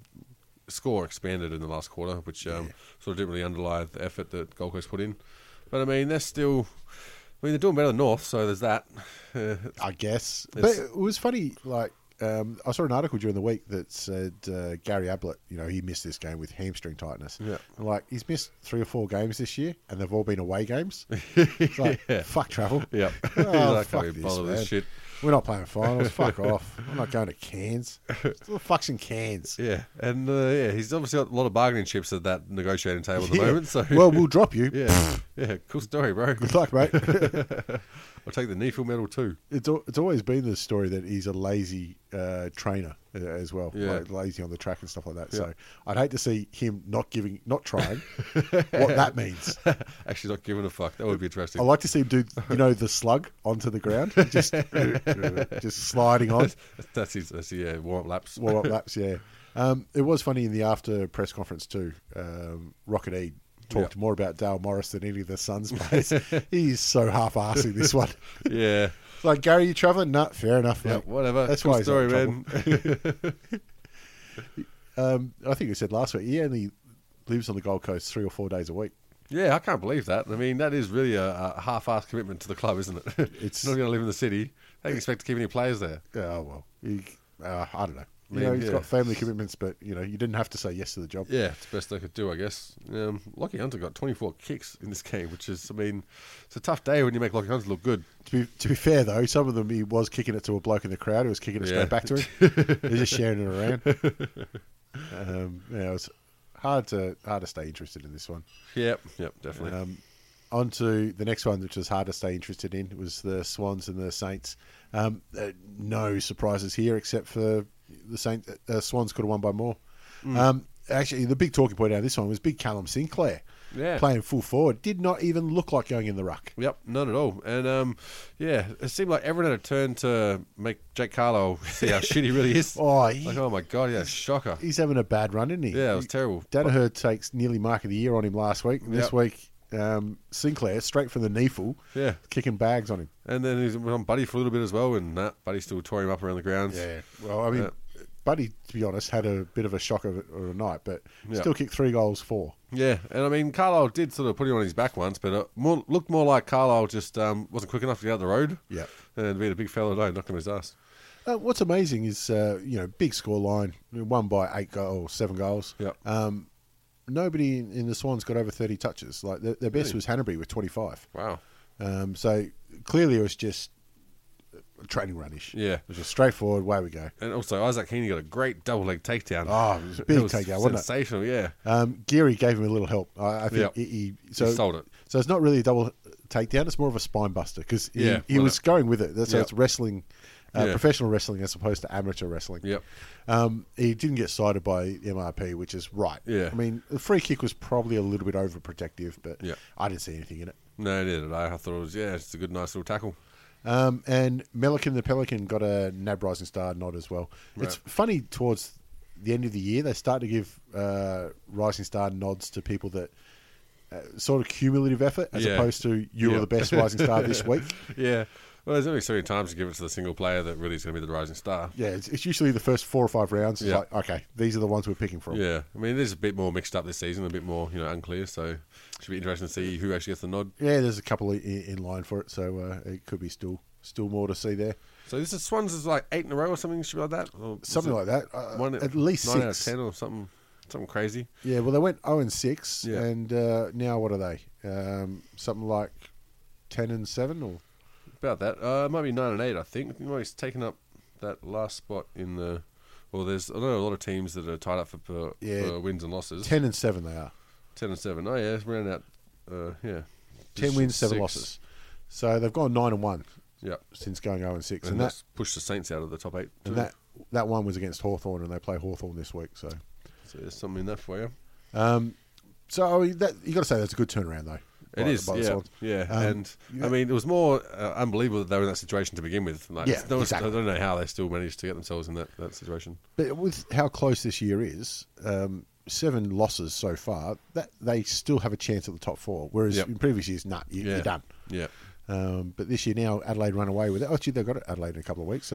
[SPEAKER 5] score expanded in the last quarter, which um, sort of didn't really underlie the effort that Gold Coast put in. But I mean, they're still. I mean, they're doing better than North, so there's that.
[SPEAKER 4] I guess.
[SPEAKER 5] It's-
[SPEAKER 4] but it was funny, like. Um, I saw an article during the week that said uh, Gary Ablett, you know, he missed this game with hamstring tightness.
[SPEAKER 5] Yeah.
[SPEAKER 4] Like, he's missed three or four games this year, and they've all been away
[SPEAKER 5] [LAUGHS]
[SPEAKER 4] games. It's like, fuck travel.
[SPEAKER 5] Yep.
[SPEAKER 4] [LAUGHS]
[SPEAKER 5] [LAUGHS] He's
[SPEAKER 4] Oh,
[SPEAKER 5] like,
[SPEAKER 4] fuck
[SPEAKER 5] "Can't be
[SPEAKER 4] this,
[SPEAKER 5] bothered with
[SPEAKER 4] man.
[SPEAKER 5] shit."
[SPEAKER 4] We're not playing finals.
[SPEAKER 5] [LAUGHS]
[SPEAKER 4] fuck off. I'm not going to Cairns. What the fuck's in Cairns?
[SPEAKER 5] Yeah, and uh, yeah, he's obviously got a lot of bargaining chips at that negotiating table at
[SPEAKER 4] [LAUGHS]
[SPEAKER 5] the
[SPEAKER 4] Yeah.
[SPEAKER 5] moment. So
[SPEAKER 4] Well, we'll drop you.
[SPEAKER 5] [LAUGHS] yeah, yeah, cool story,
[SPEAKER 4] [LAUGHS]
[SPEAKER 5] bro.
[SPEAKER 4] Good luck, mate.
[SPEAKER 5] [LAUGHS] I'll take the Nefield medal
[SPEAKER 4] [LAUGHS]
[SPEAKER 5] too.
[SPEAKER 4] it's al- it's always been the story that he's a lazy uh, trainer uh, as well,
[SPEAKER 5] Yeah.
[SPEAKER 4] like lazy on the track and stuff like that. So I'd hate to see him not giving, not
[SPEAKER 5] [LAUGHS]
[SPEAKER 4] trying. what that means.
[SPEAKER 5] Actually, not giving a fuck. That would be interesting.
[SPEAKER 4] I like to see him do, you know, the slug onto the ground,
[SPEAKER 5] [LAUGHS]
[SPEAKER 4] just just sliding on.
[SPEAKER 5] that's his. That's his, yeah, warm up laps.
[SPEAKER 4] warm up laps. Yeah, um, it was funny in the after press conference too. Um, Rocket E talked
[SPEAKER 5] Yeah.
[SPEAKER 4] more about Dale Morris than any of the Suns
[SPEAKER 5] [LAUGHS]
[SPEAKER 4] players. He's so half assing this one. [LAUGHS]
[SPEAKER 5] yeah,
[SPEAKER 4] It's like Gary, you travelling? Nah, fair enough.
[SPEAKER 5] yeah,
[SPEAKER 4] mate.
[SPEAKER 5] whatever.
[SPEAKER 4] That's
[SPEAKER 5] cool
[SPEAKER 4] why he's not
[SPEAKER 5] story,
[SPEAKER 4] in
[SPEAKER 5] man. [LAUGHS]
[SPEAKER 4] trouble. Um, I think we said last week he only lives on the Gold Coast three or four days a week.
[SPEAKER 5] yeah, I can't believe that. I mean, that is really a, a half-assed commitment to the club, isn't it? [LAUGHS]
[SPEAKER 4] It's-
[SPEAKER 5] not going to live in the city. They can expect to keep any players there.
[SPEAKER 4] Oh well, he, uh, I don't know. You
[SPEAKER 5] Yeah,
[SPEAKER 4] know, he's
[SPEAKER 5] yeah.
[SPEAKER 4] got family commitments, but you know, you didn't have to say yes to the job.
[SPEAKER 5] Yeah, it's the best they could do, I guess. Um, Lockie Hunter got 24 kicks in this game, which is, I mean, it's a tough day when you make Lockie Hunter look good.
[SPEAKER 4] To be, to be fair though, some of them he was kicking it to a bloke in the crowd who was kicking it
[SPEAKER 5] Yeah.
[SPEAKER 4] straight back to [LAUGHS] him. He's just sharing it [LAUGHS] around. Um, yeah, it was hard to hard to stay interested in this one.
[SPEAKER 5] Yep, yep, definitely.
[SPEAKER 4] Um, on to the next one, which was hard to stay interested in, was the Swans and the Saints. Um, uh, no surprises here, except for the Saint, uh, Swans could have won by more.
[SPEAKER 5] Hmm.
[SPEAKER 4] Um, actually, the big talking point out of this one was big Callum Sinclair
[SPEAKER 5] Yeah.
[SPEAKER 4] playing full forward. Did not even look like going in the ruck.
[SPEAKER 5] Yep, none at all. And um, yeah, it seemed like everyone had a turn to make Jake Carlo see
[SPEAKER 4] [LAUGHS]
[SPEAKER 5] how shit he really is.
[SPEAKER 4] Oh, he-
[SPEAKER 5] like, oh my god, yeah, shocker.
[SPEAKER 4] He's having a bad run, isn't he?
[SPEAKER 5] Yeah, it was terrible.
[SPEAKER 4] Danaher takes nearly mark of the year on him last week. This
[SPEAKER 5] Yep.
[SPEAKER 4] week, um, Sinclair straight from the kneeful,
[SPEAKER 5] Yeah.
[SPEAKER 4] kicking bags on him.
[SPEAKER 5] And then he was on Buddy for a little bit as well, and that Buddy still tore him up around the grounds. [LAUGHS]
[SPEAKER 4] Yeah. Well, I mean, Buddy, to be honest, had a bit of a shock of, of a night, but
[SPEAKER 5] Yeah.
[SPEAKER 4] still kicked three goals, four.
[SPEAKER 5] Yeah, and I mean, Carlisle did sort of put him on his back once, but it more, looked more like Carlisle just um, wasn't quick enough to get out the road.
[SPEAKER 4] Yeah.
[SPEAKER 5] And being a big fella alone, knocking his ass.
[SPEAKER 4] Uh, what's amazing is, uh, you know, big score line, one by eight goals, seven goals.
[SPEAKER 5] Yeah.
[SPEAKER 4] Um, nobody in, in the Swans got over 30 touches. Like, their, their best was Hanbury with 25.
[SPEAKER 5] Wow.
[SPEAKER 4] Um, so clearly it was just a training runish.
[SPEAKER 5] Yeah.
[SPEAKER 4] It was just straightforward, way we go.
[SPEAKER 5] And also, Isaac Heaney got a great double leg takedown.
[SPEAKER 4] Oh, it was a big takedown, wasn't it?
[SPEAKER 5] Sensational, yeah.
[SPEAKER 4] Um, Geary gave him a little help. I, I think
[SPEAKER 5] Yep.
[SPEAKER 4] he, he, so,
[SPEAKER 5] He sold it.
[SPEAKER 4] So it's not really a double takedown. It's more of a spine buster because he,
[SPEAKER 5] Yeah,
[SPEAKER 4] he
[SPEAKER 5] well,
[SPEAKER 4] was
[SPEAKER 5] it-
[SPEAKER 4] going with it. That's so
[SPEAKER 5] Yep.
[SPEAKER 4] it's wrestling, uh,
[SPEAKER 5] Yeah.
[SPEAKER 4] professional wrestling as opposed to amateur wrestling.
[SPEAKER 5] Yep.
[SPEAKER 4] Um, he didn't get cited by MRP, which is right.
[SPEAKER 5] Yeah.
[SPEAKER 4] I mean, the free kick was probably a little bit overprotective, but
[SPEAKER 5] Yeah.
[SPEAKER 4] I didn't see anything in it.
[SPEAKER 5] No, neither did I. I thought it was, yeah, it's a good, nice
[SPEAKER 4] [LAUGHS]
[SPEAKER 5] little tackle.
[SPEAKER 4] Um, and Melican the Pelican got a NAB Rising Star nod as well. It's funny towards the end of the year, they start to give uh, Rising Star nods to people that uh, sort of cumulative effort as
[SPEAKER 5] Yeah.
[SPEAKER 4] opposed to you're
[SPEAKER 5] Yeah.
[SPEAKER 4] the best Rising Star
[SPEAKER 5] [LAUGHS]
[SPEAKER 4] this week.
[SPEAKER 5] Yeah. Well, there's only so many times you give it to the single player that really is going to be the rising star.
[SPEAKER 4] Yeah, it's, it's usually the first four or five rounds. It's
[SPEAKER 5] Yeah.
[SPEAKER 4] like, okay, these are the ones we're picking from.
[SPEAKER 5] Yeah, I mean, it is a bit more mixed up this season, a bit more you know unclear. So it should be interesting to see who actually gets the nod.
[SPEAKER 4] Yeah, there's a couple i- in, in line for it, so uh, it could be still still more to see there.
[SPEAKER 5] So this is Swans is like eight in a row or something, should be like that, or was
[SPEAKER 4] Something
[SPEAKER 5] it
[SPEAKER 4] like that. Uh,
[SPEAKER 5] one-
[SPEAKER 4] at least
[SPEAKER 5] nine out of
[SPEAKER 4] six.
[SPEAKER 5] ten or something, something crazy.
[SPEAKER 4] Yeah, well, they went 0 and 6,
[SPEAKER 5] Yeah.
[SPEAKER 4] and uh, now what are they? Um, something like 10 and 7 or
[SPEAKER 5] About that, uh, it might be nine and eight. I think. I think he's taken up that last spot in the. Well, there's I know a lot of teams that are tied up for, for,
[SPEAKER 4] Yeah.
[SPEAKER 5] for wins and losses.
[SPEAKER 4] 10 and 7 they are.
[SPEAKER 5] 10 and seven. Oh yeah, it's round out. Uh, yeah,
[SPEAKER 4] 10 wins, 7
[SPEAKER 5] Six.
[SPEAKER 4] losses. So they've gone 9 and 1
[SPEAKER 5] Yeah,
[SPEAKER 4] since going 0 and 6.
[SPEAKER 5] and,
[SPEAKER 4] And, that,
[SPEAKER 5] that's pushed the Saints out of the top eight.
[SPEAKER 4] and
[SPEAKER 5] too.
[SPEAKER 4] that that one was against Hawthorn, and they play Hawthorn this week. So, Um,
[SPEAKER 5] so there's something in that for you.
[SPEAKER 4] so I mean, that, you got to say that's a good turnaround, though.
[SPEAKER 5] It
[SPEAKER 4] by-
[SPEAKER 5] is,
[SPEAKER 4] by the
[SPEAKER 5] yeah,
[SPEAKER 4] Swans.
[SPEAKER 5] yeah.
[SPEAKER 4] Um,
[SPEAKER 5] and
[SPEAKER 4] yeah.
[SPEAKER 5] I mean, it was more uh, unbelievable that they were in that situation to begin with. Like,
[SPEAKER 4] Yeah,
[SPEAKER 5] no one's-
[SPEAKER 4] exactly.
[SPEAKER 5] I don't know how they still managed to get themselves in that, that situation.
[SPEAKER 4] But with how close this year is, um, seven losses so far, that they still have a chance at the top four. Whereas
[SPEAKER 5] Yep.
[SPEAKER 4] in previous years, nah, you,
[SPEAKER 5] Yeah,
[SPEAKER 4] you're done.
[SPEAKER 5] Yeah,
[SPEAKER 4] Um, but this year now, Adelaide run away with it. Actually, they've got it Adelaide in a couple of weeks.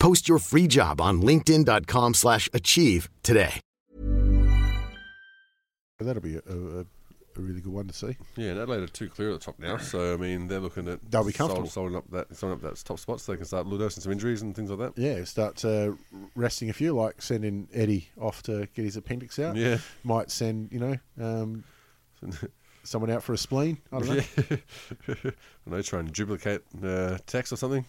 [SPEAKER 6] Post your free job on linkedin.com/achieve slash achieve today.
[SPEAKER 4] So that'll be a, a, a really good one to see.
[SPEAKER 5] yeah. And Adelaide are too clear at the top now, so I mean, they're looking at
[SPEAKER 4] They'll be comfortable.
[SPEAKER 5] Sold, up that, sold up that top spot, so they can start nursing some injuries and things like that.
[SPEAKER 4] Yeah, start uh, resting a few, like sending Eddie off to get his appendix out.
[SPEAKER 5] Yeah.
[SPEAKER 4] might send you know um,
[SPEAKER 5] [LAUGHS]
[SPEAKER 4] someone out for a spleen. I don't know.
[SPEAKER 5] I know, try and duplicate uh, text
[SPEAKER 4] [LAUGHS]
[SPEAKER 5] or something.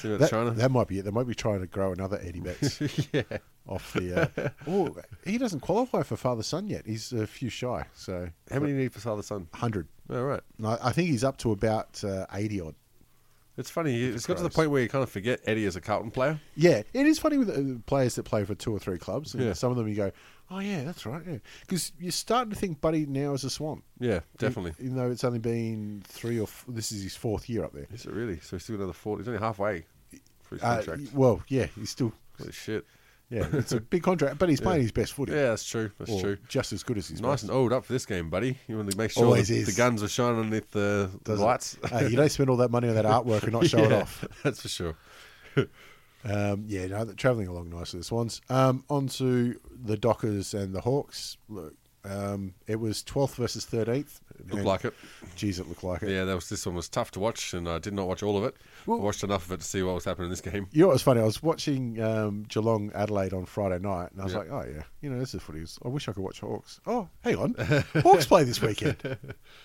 [SPEAKER 5] See about
[SPEAKER 4] That,
[SPEAKER 5] China.
[SPEAKER 4] that might be it. They might be trying to grow another Eddie
[SPEAKER 5] [LAUGHS]
[SPEAKER 4] Betts. yeah. Off the. Uh, oh, he doesn't qualify for father son yet. He's a few shy. So
[SPEAKER 5] How many need for Father Son?
[SPEAKER 4] Hundred.
[SPEAKER 5] All right.
[SPEAKER 4] No, I think he's up to about uh, eighty odd.
[SPEAKER 5] It's funny. It's got to the
[SPEAKER 4] Christ.
[SPEAKER 5] point where you kind of forget Eddie is a Carlton player.
[SPEAKER 4] Yeah, it is funny with uh, players that play for two or three clubs. And
[SPEAKER 5] Yeah.
[SPEAKER 4] Some of them you go, oh yeah, that's right. Yeah, because you're starting to think Buddy now is a Swan.
[SPEAKER 5] Yeah, definitely.
[SPEAKER 4] Even though it's only been three or f- this is his fourth year up there.
[SPEAKER 5] Is it really? So he's still another forty. He's only halfway for his
[SPEAKER 4] Uh,
[SPEAKER 5] contract.
[SPEAKER 4] well, yeah, he's still.
[SPEAKER 5] Holy shit.
[SPEAKER 4] Yeah,
[SPEAKER 5] [LAUGHS]
[SPEAKER 4] it's a big contract, but he's playing his best footy.
[SPEAKER 5] Yeah, that's true. That's
[SPEAKER 4] Or
[SPEAKER 5] true.
[SPEAKER 4] Just as good as his
[SPEAKER 5] Nice
[SPEAKER 4] best.
[SPEAKER 5] and oiled up for this game, buddy. You want to make sure
[SPEAKER 4] Always
[SPEAKER 5] the,
[SPEAKER 4] is.
[SPEAKER 5] the guns are shining underneath the
[SPEAKER 4] Does it? [LAUGHS]
[SPEAKER 5] lights.
[SPEAKER 4] Hey, Uh, you don't spend all that money on that artwork
[SPEAKER 5] [LAUGHS]
[SPEAKER 4] and not show it
[SPEAKER 5] Yeah,
[SPEAKER 4] off.
[SPEAKER 5] That's for sure.
[SPEAKER 4] Um, yeah, no, they're travelling along nicely, the Swans. Um, on to the Dockers and the Hawks. Look, um, it was 12th versus 13th.
[SPEAKER 5] Looked like it.
[SPEAKER 4] Geez, it looked like it.
[SPEAKER 5] Yeah, that was this one was tough to watch, and I did not watch all of it.
[SPEAKER 4] Well-
[SPEAKER 5] I watched enough of it to see what was happening in this game.
[SPEAKER 4] You know what was funny? I was watching um, Geelong Adelaide on Friday night, and I was
[SPEAKER 5] Yeah.
[SPEAKER 4] like, oh, yeah, you know, this is footy. I wish I could watch Hawks. Oh, hang on. Hawks play this
[SPEAKER 5] [LAUGHS]
[SPEAKER 4] weekend.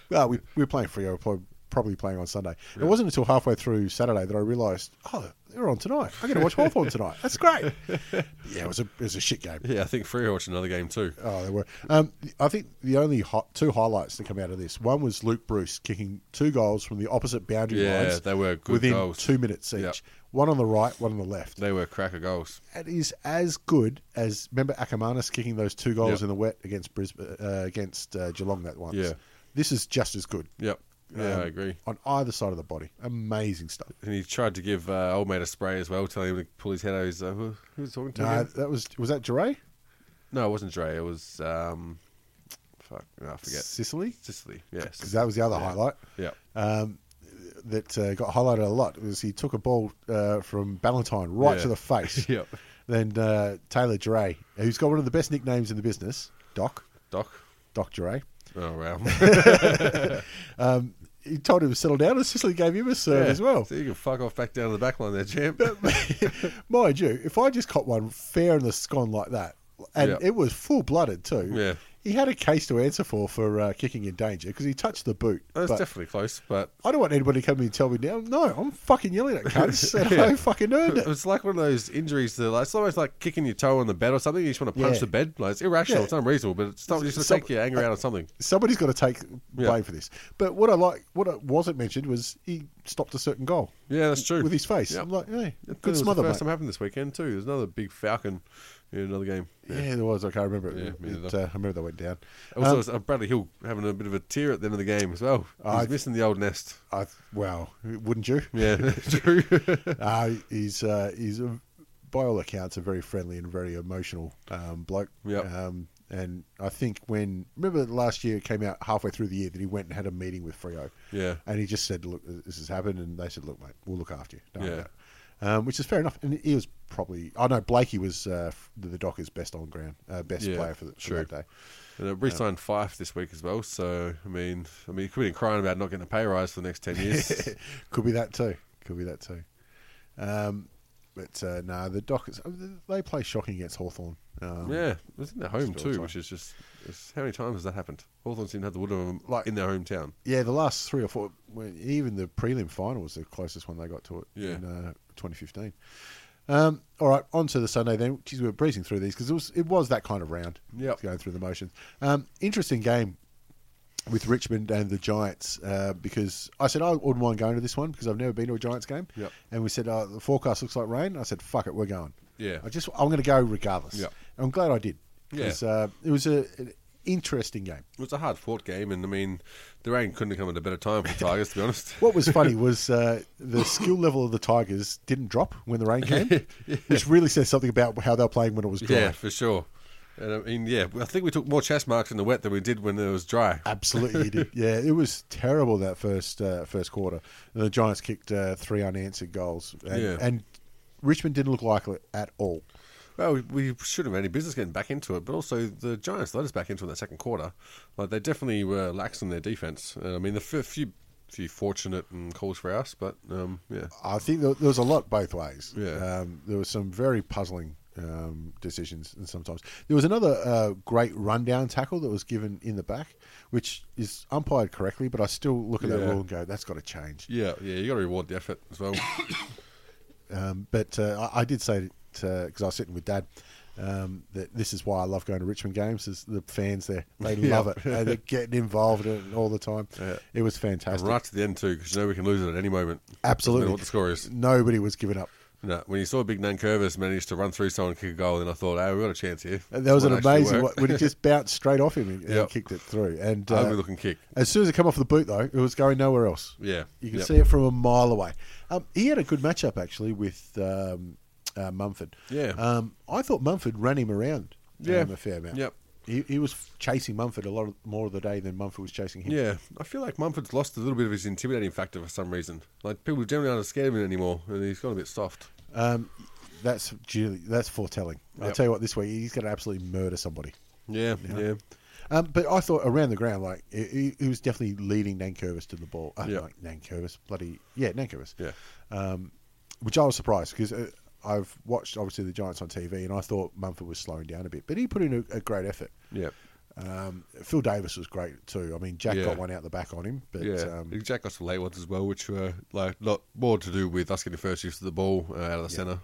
[SPEAKER 4] Well, we, we were playing Frio, pro- probably playing on Sunday. It wasn't until halfway through Saturday that I realised, oh, they're on tonight. I'm going to watch Hawthorn tonight. That's
[SPEAKER 5] [LAUGHS]
[SPEAKER 4] great. Yeah, it was a, it was a shit game.
[SPEAKER 5] Yeah, I think Freo watched another game too.
[SPEAKER 4] Oh, they were. Um, I think the only hot, two highlights that come out of this one was Luke Bruce kicking two goals from the opposite boundary
[SPEAKER 5] Yeah,
[SPEAKER 4] lines.
[SPEAKER 5] they were good
[SPEAKER 4] within
[SPEAKER 5] goals.
[SPEAKER 4] two minutes each.
[SPEAKER 5] Yep.
[SPEAKER 4] One on the right, one on the left.
[SPEAKER 5] They were cracker goals.
[SPEAKER 4] That is as good as remember Akamanis kicking those two goals
[SPEAKER 5] Yep.
[SPEAKER 4] in the wet against Brisbane uh, against uh, Geelong that once.
[SPEAKER 5] Yeah.
[SPEAKER 4] This is just as good.
[SPEAKER 5] Yep. Yeah,
[SPEAKER 4] Um,
[SPEAKER 5] I agree.
[SPEAKER 4] On either side of the body, amazing stuff.
[SPEAKER 5] And he tried to give uh, old mate a spray as well, telling him to pull his head out. He's, uh, who, who was talking to?
[SPEAKER 4] No,
[SPEAKER 5] again?
[SPEAKER 4] that was was that Jure?
[SPEAKER 5] No, it wasn't Dre. It was um, fuck, no, I forget.
[SPEAKER 4] Sicily?
[SPEAKER 5] Sicily, yes.
[SPEAKER 4] Because that was the other highlight.
[SPEAKER 5] yeah.
[SPEAKER 4] Uh, that uh, got highlighted a lot was he took a ball uh, from Ballantyne right
[SPEAKER 5] Yeah.
[SPEAKER 4] to the face.
[SPEAKER 5] [LAUGHS] Yep.
[SPEAKER 4] Then uh, Taylor Dre, who's got one of the best nicknames in the business, Doc,
[SPEAKER 5] Doc.
[SPEAKER 4] Doc Duray.
[SPEAKER 5] Oh, wow.
[SPEAKER 4] Um, he told him to settle down, and Sicily gave him a serve [LAUGHS] as well.
[SPEAKER 5] So you can fuck off back down to the back line there, champ.
[SPEAKER 4] [LAUGHS] Mind you, if I just caught one fair in the scone like that, and
[SPEAKER 5] Yeah.
[SPEAKER 4] it was full blooded too,
[SPEAKER 5] Yeah.
[SPEAKER 4] he had a case to answer for for uh, kicking in danger because he touched the boot.
[SPEAKER 5] That's
[SPEAKER 4] But
[SPEAKER 5] definitely close, but
[SPEAKER 4] I don't want anybody to come in and tell me now, no, I'm fucking yelling at
[SPEAKER 5] [LAUGHS]
[SPEAKER 4] cunts and I fucking earned it.
[SPEAKER 5] it's like one of those injuries that like, it's almost like kicking your toe on the bed or something. You just want to punch
[SPEAKER 4] Yeah.
[SPEAKER 5] the bed. Like, it's irrational.
[SPEAKER 4] Yeah.
[SPEAKER 5] It's unreasonable, but it's not, you just
[SPEAKER 4] Some-
[SPEAKER 5] take your anger out on something.
[SPEAKER 4] Somebody's got to take blame
[SPEAKER 5] Yeah.
[SPEAKER 4] for this. But what I like, what it wasn't mentioned was he stopped a certain goal.
[SPEAKER 5] Yeah, that's true.
[SPEAKER 4] With his face. I'm like, hey, good smother,
[SPEAKER 5] The first
[SPEAKER 4] mate.
[SPEAKER 5] time happened this weekend too. There's another big falcon in another game.
[SPEAKER 4] Yeah, there was. I can't remember.
[SPEAKER 5] Yeah,
[SPEAKER 4] It,
[SPEAKER 5] me neither.
[SPEAKER 4] it, uh, I remember they went down. Um,
[SPEAKER 5] Also, it's, uh, Bradley Hill having a bit of a tear at the end of the game as well. He's
[SPEAKER 4] I-
[SPEAKER 5] missing the
[SPEAKER 4] [LAUGHS]
[SPEAKER 5] old nest.
[SPEAKER 4] I, wow, wouldn't you?
[SPEAKER 5] Yeah, [LAUGHS] true.
[SPEAKER 4] Uh, he's uh, he's a, by all accounts a very friendly and very emotional um, bloke.
[SPEAKER 5] Yep.
[SPEAKER 4] Um, and I think when remember last year it came out halfway through the year that he went and had a meeting with Frio.
[SPEAKER 5] Yeah.
[SPEAKER 4] And he just said, "Look, this has happened," and they said, "Look, mate, we'll look after you." Don't worry
[SPEAKER 5] Yeah.
[SPEAKER 4] about it." Um, which is fair enough. And he was probably I know Blakey was uh, f- the Dockers' best on ground, uh, best
[SPEAKER 5] Yeah,
[SPEAKER 4] player for, the, for
[SPEAKER 5] true.
[SPEAKER 4] that day.
[SPEAKER 5] And it re-signed Fife this week as well. So I mean, I mean, you could be crying about not getting a pay rise for the next
[SPEAKER 4] [LAUGHS]
[SPEAKER 5] ten years.
[SPEAKER 4] Could be that too. Could be that too. Um, but uh, no, the Dockers they play shocking against Hawthorn. Um,
[SPEAKER 5] [LAUGHS] yeah, it was in their home
[SPEAKER 4] Still
[SPEAKER 5] too,
[SPEAKER 4] time.
[SPEAKER 5] which is just it's, how many times has that happened? Hawthorn seem to have the wood of them like in their hometown.
[SPEAKER 4] Yeah, the last three or four, well, even the prelim final was the closest one they got to it
[SPEAKER 5] Yeah.
[SPEAKER 4] in uh, 2015. Um, all right, on to the Sunday then. Geez, we we're breezing through these because it was it was that kind of round.
[SPEAKER 5] Yep.
[SPEAKER 4] going through the motions. Um, interesting game with Richmond and the Giants uh, because I said I wouldn't mind going to this one because I've never been to a Giants game.
[SPEAKER 5] Yep.
[SPEAKER 4] And we said uh, the forecast looks like rain. I said fuck it, we're going.
[SPEAKER 5] Yeah.
[SPEAKER 4] I just I'm going to go regardless.
[SPEAKER 5] Yep.
[SPEAKER 4] And I'm glad I did.
[SPEAKER 5] Yeah.
[SPEAKER 4] 'cause, Uh, it was a, an interesting game.
[SPEAKER 5] It was a hard fought game, and I mean, the rain couldn't have come at a better time for the Tigers, to be honest.
[SPEAKER 4] [LAUGHS] What was
[SPEAKER 5] [LAUGHS]
[SPEAKER 4] funny was uh, the skill level of the Tigers didn't drop when the
[SPEAKER 5] [LAUGHS]
[SPEAKER 4] rain came, which really says something about how they were playing when it was dry.
[SPEAKER 5] Yeah, for sure. And I mean, yeah, I think we took more chest marks in the wet than we did when it was dry.
[SPEAKER 4] Absolutely, you did. Yeah, it was terrible that first uh, first quarter. And the Giants kicked uh, three unanswered goals, and,
[SPEAKER 5] Yeah.
[SPEAKER 4] and Richmond didn't look like it at all.
[SPEAKER 5] Well, we, we shouldn't have any business getting back into it, but also the Giants let us back into it in that second quarter. Like they definitely were lax in their defense. And, I mean, the f- few few fortunate and calls for us, but um, yeah,
[SPEAKER 4] I think there, there was a lot both ways.
[SPEAKER 5] Yeah.
[SPEAKER 4] Um, there was some very puzzling um, decisions, and sometimes there was another uh, great rundown tackle that was given in the back, which is umpired correctly, but I still look at that
[SPEAKER 5] Yeah.
[SPEAKER 4] rule and go, "That's got to change."
[SPEAKER 5] yeah, yeah. You got to reward the effort
[SPEAKER 4] [COUGHS]
[SPEAKER 5] as well.
[SPEAKER 4] Um, but uh, I, I did say because I was sitting with Dad. Um, that this is why I love going to Richmond games. Is the fans there?
[SPEAKER 5] [LAUGHS]
[SPEAKER 4] They love it. And they're getting involved in it all the time. It was
[SPEAKER 5] and
[SPEAKER 4] fantastic.
[SPEAKER 5] right to the end too, because you know we can lose it at any moment.
[SPEAKER 4] Absolutely.
[SPEAKER 5] No matter what the score is.
[SPEAKER 4] Nobody was giving up.
[SPEAKER 5] No, when you saw Big Nan Curvis manage to run through someone and kick a goal, then I thought, hey, we've got a chance here.
[SPEAKER 4] And That was
[SPEAKER 5] This
[SPEAKER 4] an
[SPEAKER 5] might actually
[SPEAKER 4] amazing one
[SPEAKER 5] work.
[SPEAKER 4] when it just bounced straight off him and, and
[SPEAKER 5] Yep.
[SPEAKER 4] kicked it through. And
[SPEAKER 5] [LAUGHS]
[SPEAKER 4] uh,
[SPEAKER 5] Ugly looking kick.
[SPEAKER 4] As soon as it came off the boot, though, it was going nowhere else.
[SPEAKER 5] Yeah.
[SPEAKER 4] you can
[SPEAKER 5] Yep.
[SPEAKER 4] see it from a mile away. Um, he had a good matchup actually with um, uh, Mumford.
[SPEAKER 5] Yeah.
[SPEAKER 4] um, I thought Mumford ran him around.
[SPEAKER 5] Yeah.
[SPEAKER 4] um, a fair amount.
[SPEAKER 5] Yep.
[SPEAKER 4] He, he was chasing Mumford a lot of, more of the day than Mumford was chasing him.
[SPEAKER 5] Yeah, I feel like Mumford's lost a little bit of his intimidating factor for some reason. Like people generally aren't scared of him anymore, and he's gone a bit soft.
[SPEAKER 4] um, that's really, that's foretelling. I'll
[SPEAKER 5] Yep.
[SPEAKER 4] tell you what, this week he's going to absolutely murder somebody.
[SPEAKER 5] Yeah, yeah, yeah.
[SPEAKER 4] Um, but I thought around the ground, like he- he, he was definitely leading Nankervis to the ball. Uh,
[SPEAKER 5] Yeah.
[SPEAKER 4] like Nankervis, bloody yeah, Nankervis. Um, which I was surprised because uh, I've watched obviously the Giants on TV, and I thought Mumford was slowing down a bit, but he put in a, a great effort.
[SPEAKER 5] Yeah.
[SPEAKER 4] Um, Phil Davis was great too. I mean, Jack
[SPEAKER 5] Yeah.
[SPEAKER 4] got one out the back on him, but
[SPEAKER 5] yeah.
[SPEAKER 4] um,
[SPEAKER 5] Jack got some late ones as well, which were like not more to do with us getting first use of the ball uh, out of the centre.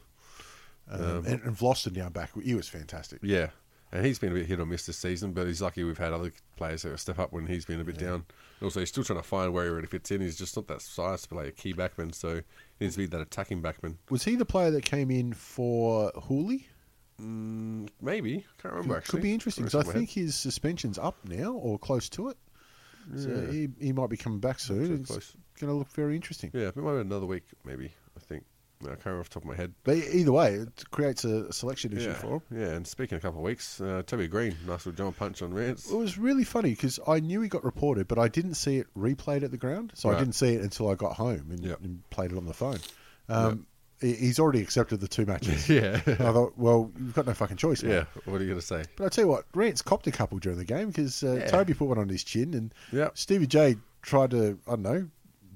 [SPEAKER 4] um, and, and Vlosten down back, he was fantastic.
[SPEAKER 5] Yeah, and he's been a bit hit or miss this season, but he's lucky we've had other players that step up when he's been a bit down. And also, he's still trying to find where he really fits in. He's just not that size to play a key backman, so he needs to be that attacking backman.
[SPEAKER 4] Was he the player that came in for Hooley?
[SPEAKER 5] Maybe can't remember. actually.
[SPEAKER 4] Could be interesting because I think his suspension's up now or close to it. So he, he might be coming back soon.
[SPEAKER 5] so
[SPEAKER 4] It's
[SPEAKER 5] close.
[SPEAKER 4] going to look very interesting.
[SPEAKER 5] Yeah, it might have been another week, maybe. I think. No, I can't remember off the top of my head.
[SPEAKER 4] But e-, either way, it creates a selection issue
[SPEAKER 5] Yeah,
[SPEAKER 4] for him.
[SPEAKER 5] yeah. And speaking of a couple of weeks, uh, Toby Green, nice little jump punch on Rance.
[SPEAKER 4] It was really funny because I knew he got reported, but I didn't see it replayed at the ground. So I
[SPEAKER 5] Right.
[SPEAKER 4] didn't see it until I got home and,
[SPEAKER 5] Yep.
[SPEAKER 4] and played it on the phone. Um, he- he's already accepted the two matches.
[SPEAKER 5] [LAUGHS] [LAUGHS] Yeah.
[SPEAKER 4] And I thought, well, you've got no fucking choice. man.
[SPEAKER 5] Yeah, what are you going to say?
[SPEAKER 4] But I tell you what, Rance copped a couple during the game because uh,
[SPEAKER 5] Yeah.
[SPEAKER 4] Toby put one on his chin, and
[SPEAKER 5] Yep.
[SPEAKER 4] Stevie J tried to, I don't know,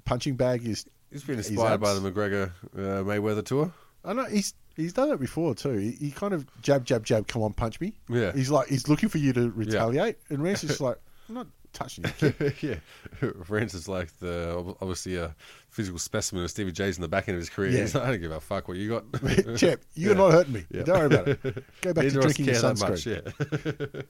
[SPEAKER 4] punching bag his.
[SPEAKER 5] He's been
[SPEAKER 4] his
[SPEAKER 5] inspired by
[SPEAKER 4] abs.
[SPEAKER 5] the McGregor uh, Mayweather
[SPEAKER 4] [LAUGHS]
[SPEAKER 5] tour.
[SPEAKER 4] I know he's he's done it before too. He, he kind of jab jab jab, come on, punch me.
[SPEAKER 5] Yeah.
[SPEAKER 4] He's like he's looking for you to retaliate, and Rance
[SPEAKER 5] [LAUGHS]
[SPEAKER 4] is like, I'm not touching you. kid."
[SPEAKER 5] yeah, [LAUGHS] Rance is like the ob- obviously a physical specimen of Stevie J's in the back end of his career.
[SPEAKER 4] Yeah.
[SPEAKER 5] He's like, I don't give a fuck what
[SPEAKER 4] [LAUGHS]
[SPEAKER 5] you got,
[SPEAKER 4] Chap, you're
[SPEAKER 5] Yeah.
[SPEAKER 4] not hurting me.
[SPEAKER 5] Yeah.
[SPEAKER 4] Don't worry about it. Go back
[SPEAKER 5] Neither
[SPEAKER 4] to
[SPEAKER 5] of us
[SPEAKER 4] drinking your
[SPEAKER 5] care that
[SPEAKER 4] sunscreen.
[SPEAKER 5] much, yeah.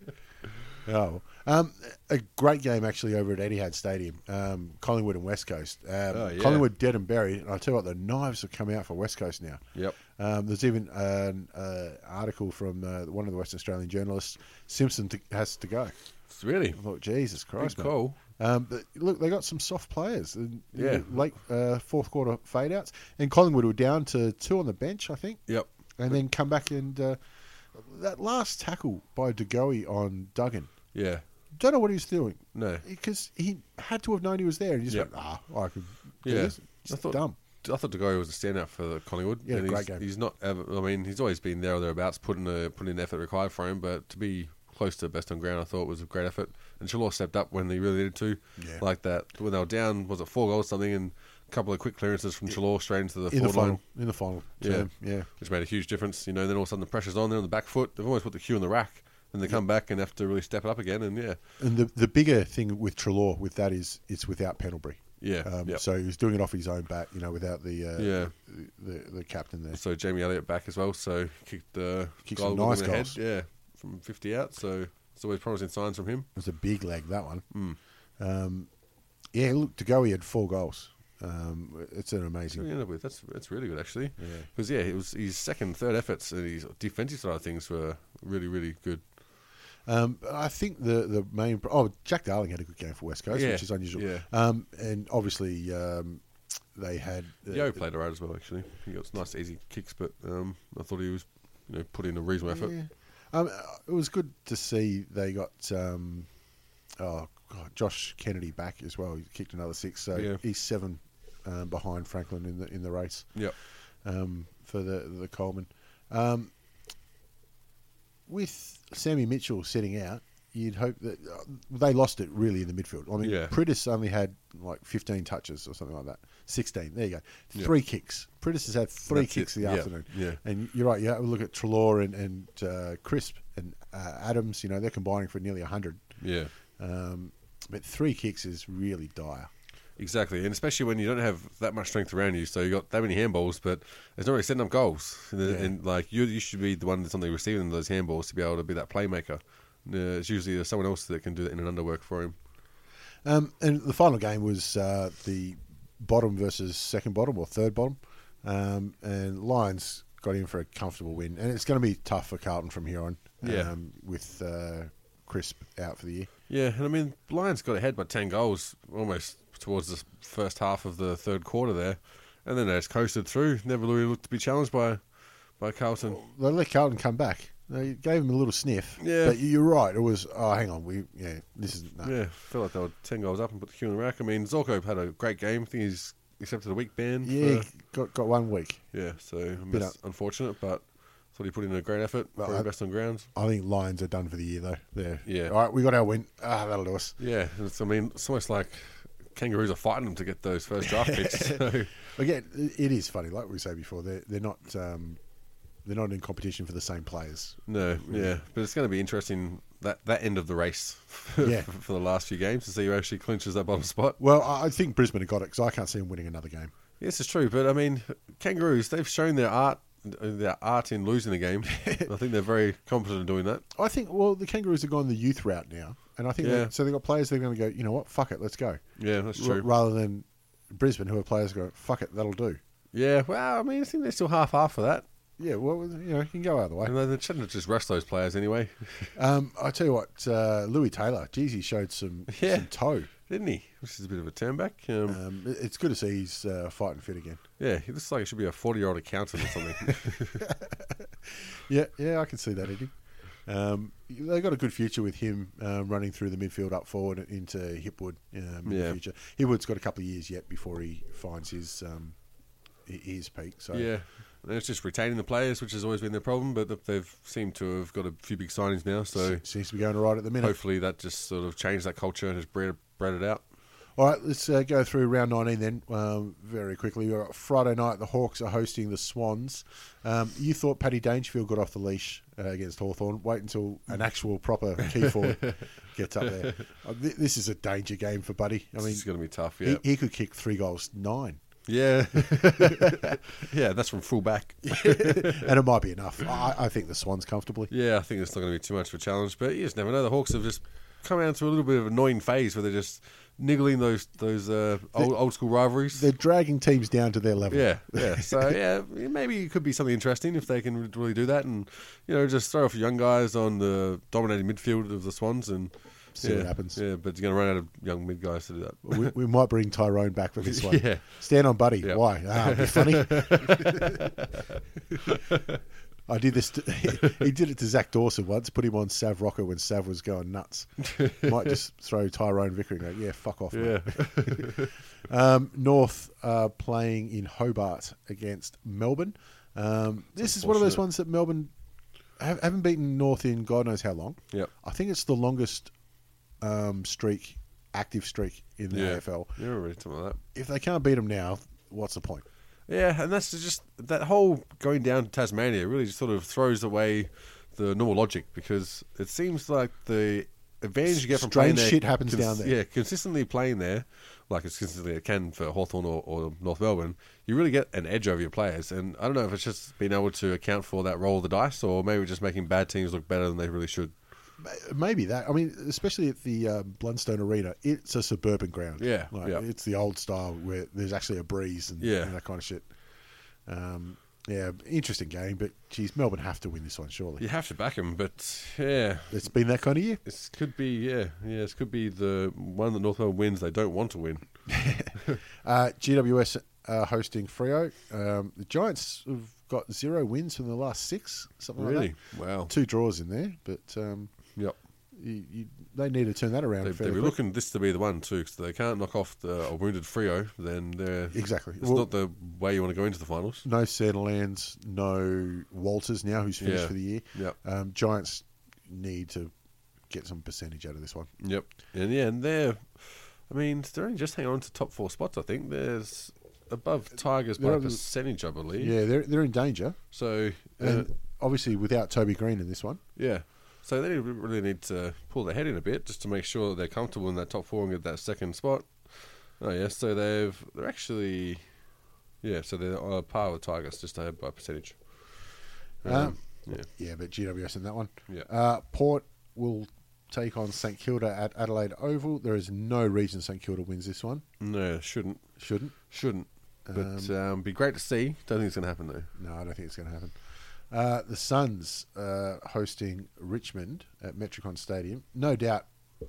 [SPEAKER 4] Oh, um, a great game actually over at Etihad Stadium, um, Collingwood and West Coast. Um,
[SPEAKER 5] Oh, yeah.
[SPEAKER 4] Collingwood dead and buried, and I tell you what, the knives have come out for West Coast now.
[SPEAKER 5] Yep.
[SPEAKER 4] Um, there's even an uh, article from uh, one of the West Australian journalists. Simpson to, has to go.
[SPEAKER 5] It's [LAUGHS] really
[SPEAKER 4] I thought, Jesus Christ,
[SPEAKER 5] Big
[SPEAKER 4] mate.
[SPEAKER 5] call.
[SPEAKER 4] Um, but look, they got some soft players. And
[SPEAKER 5] Yeah.
[SPEAKER 4] Late uh, fourth quarter fade outs, and Collingwood were down to two on the bench, I think
[SPEAKER 5] Yep.
[SPEAKER 4] and then come back and uh, that last tackle by Degoe on Duggan.
[SPEAKER 5] Yeah.
[SPEAKER 4] Don't know what he was doing.
[SPEAKER 5] No.
[SPEAKER 4] because he had to have known he was there. And he just
[SPEAKER 5] Yep.
[SPEAKER 4] went, ah, I could. Do
[SPEAKER 5] Yeah.
[SPEAKER 4] this. It's dumb.
[SPEAKER 5] I thought the guy was a standout for Collingwood.
[SPEAKER 4] Yeah,
[SPEAKER 5] and
[SPEAKER 4] great
[SPEAKER 5] he's,
[SPEAKER 4] game.
[SPEAKER 5] He's not. Ever, I mean, he's always been there or thereabouts, putting the putting in the effort required for him. But to be close to best on ground, I thought was a great effort. And Chalor stepped up when they really needed to,
[SPEAKER 4] Yeah.
[SPEAKER 5] like that when they were down. Was it four goals or something? And a couple of quick clearances from Chalor straight into the
[SPEAKER 4] In the
[SPEAKER 5] forward line.
[SPEAKER 4] final, in the final,
[SPEAKER 5] Yeah,
[SPEAKER 4] term, yeah.
[SPEAKER 5] which made a huge difference. You know, then all of a sudden the pressure's on. They're on the back foot. They've almost put the cue in the rack, and they come back and have to really step it up again. And yeah,
[SPEAKER 4] And the the bigger thing with Trelaw with that is it's without Pendlebury.
[SPEAKER 5] Yeah,
[SPEAKER 4] Um,
[SPEAKER 5] yep.
[SPEAKER 4] So he was doing it off his own bat, you know, without the uh,
[SPEAKER 5] Yeah.
[SPEAKER 4] the, the, the captain there.
[SPEAKER 5] so Jamie Elliott back as well. So kicked the
[SPEAKER 4] Kicked
[SPEAKER 5] goal
[SPEAKER 4] some
[SPEAKER 5] with
[SPEAKER 4] nice
[SPEAKER 5] him in the
[SPEAKER 4] goals.
[SPEAKER 5] Head, yeah, from fifty out. So it's always promising signs from him.
[SPEAKER 4] It was a big leg that one.
[SPEAKER 5] Hmm.
[SPEAKER 4] Um, yeah, look, Degoe had four goals. Um, it's an amazing.
[SPEAKER 5] What did he end up with? That's that's really good actually. Because yeah. it was his second, third efforts, and his defensive side of things were really, really good.
[SPEAKER 4] Um, I think the the main oh Jack Darling had a good game for West Coast,
[SPEAKER 5] Yeah,
[SPEAKER 4] which is unusual.
[SPEAKER 5] yeah.
[SPEAKER 4] Um, and obviously um, they had uh,
[SPEAKER 5] Yo played alright as well actually. He got some nice easy kicks, but um, I thought he was, you know, put in a reasonable effort.
[SPEAKER 4] yeah. Um, it was good to see they got um, oh God, Josh Kennedy back as well. He kicked another six, so
[SPEAKER 5] Yeah.
[SPEAKER 4] he's seven um, behind Franklin in the in the race.
[SPEAKER 5] Yep.
[SPEAKER 4] um, for the the Coleman. Um, with Sammy Mitchell sitting out, you'd hope that uh, they lost it really in the midfield. I mean,
[SPEAKER 5] Yeah.
[SPEAKER 4] Prittis only had like 15 touches or something like that. 16. There you go. Three kicks. Prittis has had three
[SPEAKER 5] That's
[SPEAKER 4] kicks
[SPEAKER 5] it.
[SPEAKER 4] in the
[SPEAKER 5] Yeah.
[SPEAKER 4] afternoon.
[SPEAKER 5] Yeah.
[SPEAKER 4] And you're right. You have a look at Trelaw and, and uh, Crisp and uh, Adams. You know, they're combining for nearly 100.
[SPEAKER 5] Yeah.
[SPEAKER 4] Um, but three kicks is really dire.
[SPEAKER 5] Exactly, and especially when you don't have that much strength around you, so you got that many handballs, but it's not really setting up goals. And, and, like you, you should be the one that's on the receiving end of those handballs to be able to be that playmaker. Uh, it's usually there's someone else that can do that in an underwork for him.
[SPEAKER 4] Um, and the final game was uh, the bottom versus second bottom or third bottom, um, and Lions got in for a comfortable win. And it's going to be tough for Carlton from here on.
[SPEAKER 5] Yeah.
[SPEAKER 4] Um, with uh, Crisp out for the year.
[SPEAKER 5] Yeah, and I mean, Lions got ahead by 10 goals almost towards the first half of the third quarter there, and then they just coasted through, never really looked to be challenged by by Carlton.
[SPEAKER 4] They let Carlton come back. They gave him a little sniff.
[SPEAKER 5] Yeah.
[SPEAKER 4] But you're right. It was. Oh, hang on. We yeah. This is no.
[SPEAKER 5] Yeah, felt like they were 10 goals up and put the cue in the rack. I mean, Zorko had a great game. I think he's accepted a week ban.
[SPEAKER 4] Yeah,
[SPEAKER 5] for-
[SPEAKER 4] got got one week.
[SPEAKER 5] Yeah, so um,
[SPEAKER 4] Bit
[SPEAKER 5] that's
[SPEAKER 4] up.
[SPEAKER 5] unfortunate, but thought he put in a great effort.
[SPEAKER 4] Well,
[SPEAKER 5] probably
[SPEAKER 4] I-
[SPEAKER 5] best on grounds.
[SPEAKER 4] I think Lions are done for the year though. There.
[SPEAKER 5] Yeah.
[SPEAKER 4] All right, we got our win. Ah, that'll do us.
[SPEAKER 5] Yeah, it's, I mean, it's almost like kangaroos are fighting them to get those first draft
[SPEAKER 4] [LAUGHS]
[SPEAKER 5] picks. So,
[SPEAKER 4] Again, it it is funny. Like we say before, they're they're not um, they're not in competition for the same players.
[SPEAKER 5] no,
[SPEAKER 4] Mm.
[SPEAKER 5] yeah, but it's going to be interesting that that end of the race [LAUGHS] for,
[SPEAKER 4] Yeah.
[SPEAKER 5] for the last few games to see who actually clinches that bottom spot.
[SPEAKER 4] Well, I I think Brisbane have got it because I can't see them winning another game.
[SPEAKER 5] Yes, it's true, but I mean, kangaroos they've shown their art their art in losing
[SPEAKER 4] [LAUGHS]
[SPEAKER 5] a game. I think they're very competent in doing that.
[SPEAKER 4] I think. Well, the Kangaroos have gone the youth route now, and I think
[SPEAKER 5] Yeah.
[SPEAKER 4] they, so. They've got players that are going to go. You know what? Fuck it, let's go.
[SPEAKER 5] Yeah, that's
[SPEAKER 4] R-
[SPEAKER 5] true.
[SPEAKER 4] rather than Brisbane, who are players go. Fuck it, that'll do.
[SPEAKER 5] Yeah, well, I mean, I think they're still half half for that.
[SPEAKER 4] Yeah, well, you know, you can go out of the way.
[SPEAKER 5] And they- they shouldn't have just rushed those players anyway,
[SPEAKER 4] Um, I tell you what, uh, Louis Taylor, geez, he showed some,
[SPEAKER 5] Yeah.
[SPEAKER 4] some toe.
[SPEAKER 5] didn't he? Which is a bit of a turn back. Um,
[SPEAKER 4] Um, it- it's good to see he's uh, fighting fit again.
[SPEAKER 5] Yeah, he looks like he should be a 40 year old accountant or
[SPEAKER 4] [LAUGHS]
[SPEAKER 5] something.
[SPEAKER 4] Yeah, yeah, I can see that, Eddie. Um, they got a good future with him um, running through the midfield up forward into Hipwood um, in
[SPEAKER 5] Yeah.
[SPEAKER 4] the future. Hipwood's got a couple of years yet before he finds his um, h- his peak. So
[SPEAKER 5] Yeah, and it's just retaining the players, which has always been their problem. But th- they've seemed to have got a few big signings now, so
[SPEAKER 4] se- seems to be going right at the minute.
[SPEAKER 5] hopefully that just sort of changed that culture and has bred, bred it out.
[SPEAKER 4] All right, let's uh, go through round 19 then um, very quickly. All right, Friday night, the Hawks are hosting the Swans. Um, you thought Paddy Dangerfield got off the leash uh, against Hawthorn. Wait until an actual proper key forward
[SPEAKER 5] [LAUGHS]
[SPEAKER 4] gets up there. Uh, thi- this is a danger game for Buddy. I mean,
[SPEAKER 5] It's going to be tough.
[SPEAKER 4] he,
[SPEAKER 5] Yeah,
[SPEAKER 4] he could kick three goals, nine.
[SPEAKER 5] yeah,
[SPEAKER 4] [LAUGHS]
[SPEAKER 5] yeah. [LAUGHS] That's from fullback.
[SPEAKER 4] and it might be enough. I, I think the Swans comfortably.
[SPEAKER 5] Yeah, I think it's not going to be too much of a challenge, but you just never know. The Hawks have just come out to a little bit of an annoying phase where they're just niggling those those uh, old, old school rivalries.
[SPEAKER 4] They're dragging teams down to their level.
[SPEAKER 5] Yeah,
[SPEAKER 4] [LAUGHS]
[SPEAKER 5] yeah. So yeah, maybe it could be something interesting if they can really do that, and you know, just throw off young guys on the dominating midfield of the Swans and
[SPEAKER 4] See what
[SPEAKER 5] yeah,
[SPEAKER 4] happens.
[SPEAKER 5] Yeah, but you're going to run out of young mid guys to do
[SPEAKER 4] [LAUGHS]
[SPEAKER 5] that.
[SPEAKER 4] We, we might bring Tyrone back for this one.
[SPEAKER 5] [LAUGHS] Yeah.
[SPEAKER 4] Stand on Buddy.
[SPEAKER 5] Yeah.
[SPEAKER 4] Why? Ah, it'd be
[SPEAKER 5] [LAUGHS]
[SPEAKER 4] funny. I did this. To, [LAUGHS] he, did it to Zach Dawson once. Put him on Sav Rocker when Sav was going nuts.
[SPEAKER 5] [LAUGHS]
[SPEAKER 4] Might just throw Tyrone Vicker and go, yeah, fuck off. mate." um, North are playing in Hobart against Melbourne. Um, this is one of those
[SPEAKER 5] unfortunate.
[SPEAKER 4] ones that Melbourne have, haven't beaten North in God knows how long.
[SPEAKER 5] Yep.
[SPEAKER 4] I think it's the longest um, streak, active streak in the
[SPEAKER 5] yeah,
[SPEAKER 4] AFL.
[SPEAKER 5] Yeah, already talking about that.
[SPEAKER 4] If they can't beat them now, what's the point?
[SPEAKER 5] Yeah, and that's just that whole going down to Tasmania really just sort of throws away the normal logic because it seems like the advantage you get from playing
[SPEAKER 4] Strange
[SPEAKER 5] there,
[SPEAKER 4] shit happens down there.
[SPEAKER 5] Yeah, consistently playing there, like as consistently it can for Hawthorn or, or North Melbourne, you really get an edge over your players. And I don't know if it's just being able to account for that roll of the dice, or maybe just making bad teams look better than they really should.
[SPEAKER 4] Maybe that. I mean, especially at the uh, Blundstone Arena, it's a suburban ground.
[SPEAKER 5] Yeah,
[SPEAKER 4] like,
[SPEAKER 5] yeah.
[SPEAKER 4] it's the old style where there's actually a breeze and,
[SPEAKER 5] Yeah.
[SPEAKER 4] and that kind of shit. Um, yeah, interesting game, but geez, Melbourne have to win this one surely.
[SPEAKER 5] You have to back them, but yeah,
[SPEAKER 4] It's been that kind of year.
[SPEAKER 5] this could be yeah, yeah, this could be the one that North Melbourne wins they don't want to win.
[SPEAKER 4] Uh, GWS uh, hosting Frio. Um, the Giants have got zero wins from the last six, something
[SPEAKER 5] Really?
[SPEAKER 4] like that.
[SPEAKER 5] Wow.
[SPEAKER 4] two draws in there, but um,
[SPEAKER 5] Yep.
[SPEAKER 4] you, you, they need to turn that around.
[SPEAKER 5] They, they'd
[SPEAKER 4] fairly
[SPEAKER 5] be
[SPEAKER 4] quick.
[SPEAKER 5] looking this to be the one too, because they can't knock off the a wounded Frio. Then they're
[SPEAKER 4] Exactly.
[SPEAKER 5] It's
[SPEAKER 4] Well-
[SPEAKER 5] not the way you want to go into the finals.
[SPEAKER 4] No Sandilands, no Walters now, who's finished
[SPEAKER 5] Yeah.
[SPEAKER 4] for the year.
[SPEAKER 5] Yep.
[SPEAKER 4] Um, Giants need to get some percentage out of this one.
[SPEAKER 5] Yep. And yeah, and they're, I mean, they're only just hanging on to top four spots. I think there's above Tigers
[SPEAKER 4] Uh,
[SPEAKER 5] by
[SPEAKER 4] They're
[SPEAKER 5] a
[SPEAKER 4] on-
[SPEAKER 5] percentage, I believe.
[SPEAKER 4] Yeah, they're they're in danger,
[SPEAKER 5] So uh,
[SPEAKER 4] and obviously without Toby Green in this one,
[SPEAKER 5] yeah, so they really need to pull their head in a bit just to make sure that they're comfortable in that top four and get that second spot. Oh yeah, so they've they're actually, yeah, so they're on a par with Tigers just ahead by percentage.
[SPEAKER 4] Um,
[SPEAKER 5] yeah.
[SPEAKER 4] yeah, but GWS in that one.
[SPEAKER 5] Yeah.
[SPEAKER 4] Uh, Port will take on St Kilda at Adelaide Oval. There is no reason St Kilda wins this one.
[SPEAKER 5] No, shouldn't.
[SPEAKER 4] Shouldn't.
[SPEAKER 5] Shouldn't. But um, be great to see. Don't think it's going to happen though.
[SPEAKER 4] No, I don't think it's going to happen. Uh, the Suns uh, hosting Richmond at Metricon Stadium. No doubt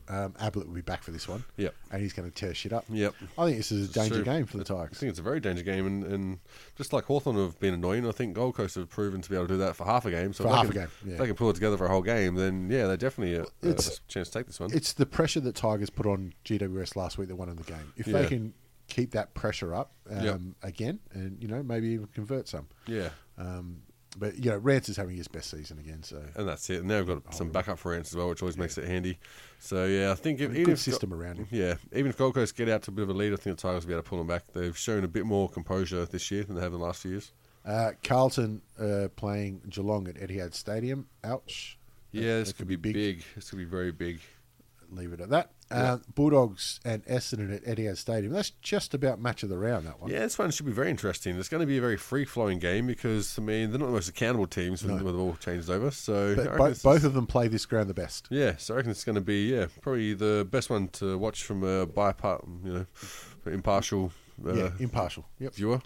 [SPEAKER 4] um, Ablett will be back for this one.
[SPEAKER 5] Yep.
[SPEAKER 4] And he's going to tear shit up.
[SPEAKER 5] Yep.
[SPEAKER 4] I think this is a danger
[SPEAKER 5] True.
[SPEAKER 4] game for the
[SPEAKER 5] I
[SPEAKER 4] Tigers.
[SPEAKER 5] think it's a very danger game, and, and just like Hawthorn have been annoying, I think Gold Coast have proven to be able to do that for half a game. So
[SPEAKER 4] For
[SPEAKER 5] if they
[SPEAKER 4] half a
[SPEAKER 5] can-
[SPEAKER 4] game, yeah.
[SPEAKER 5] If they can pull it together for a whole game, then yeah, they're definitely a, a
[SPEAKER 4] It's-
[SPEAKER 5] chance to take this one.
[SPEAKER 4] It's the pressure that Tigers put on GWS last week that won in the game. If they
[SPEAKER 5] Yeah.
[SPEAKER 4] can keep that pressure up um,
[SPEAKER 5] Yep.
[SPEAKER 4] again and, you know, maybe even convert some.
[SPEAKER 5] yeah,
[SPEAKER 4] Um, but, you know, Rance is having his best season again, so
[SPEAKER 5] and that's it. And they've
[SPEAKER 4] Oh,
[SPEAKER 5] got some backup for ants as well, which always makes it handy. So yeah, I think if, even
[SPEAKER 4] good
[SPEAKER 5] if Go-
[SPEAKER 4] system around him.
[SPEAKER 5] Yeah, even if Gold Coast get out to a bit of a lead, I think the Tigers will be able to pull them back. They've shown a bit more composure this year than they have in the last few years.
[SPEAKER 4] Uh, Carlton uh, playing Geelong at Etihad Stadium. Ouch.
[SPEAKER 5] Yeah,
[SPEAKER 4] That-
[SPEAKER 5] this
[SPEAKER 4] that
[SPEAKER 5] could be big. This could be very big.
[SPEAKER 4] Leave it at that. Uh, Bulldogs and Essendon at Etihad Stadium. That's just about match of the round. That one.
[SPEAKER 5] Yeah, this one should be very interesting. It's going to be a very free flowing game because I mean they're not the most accountable teams when, when the ball changes over. So I
[SPEAKER 4] But
[SPEAKER 5] reckon
[SPEAKER 4] bo-
[SPEAKER 5] this
[SPEAKER 4] both
[SPEAKER 5] is-
[SPEAKER 4] of them play this ground the best.
[SPEAKER 5] yeah, so I reckon it's going to be yeah probably the best one to watch from a bipart you know impartial uh,
[SPEAKER 4] yeah, impartial. Yep.
[SPEAKER 5] viewer.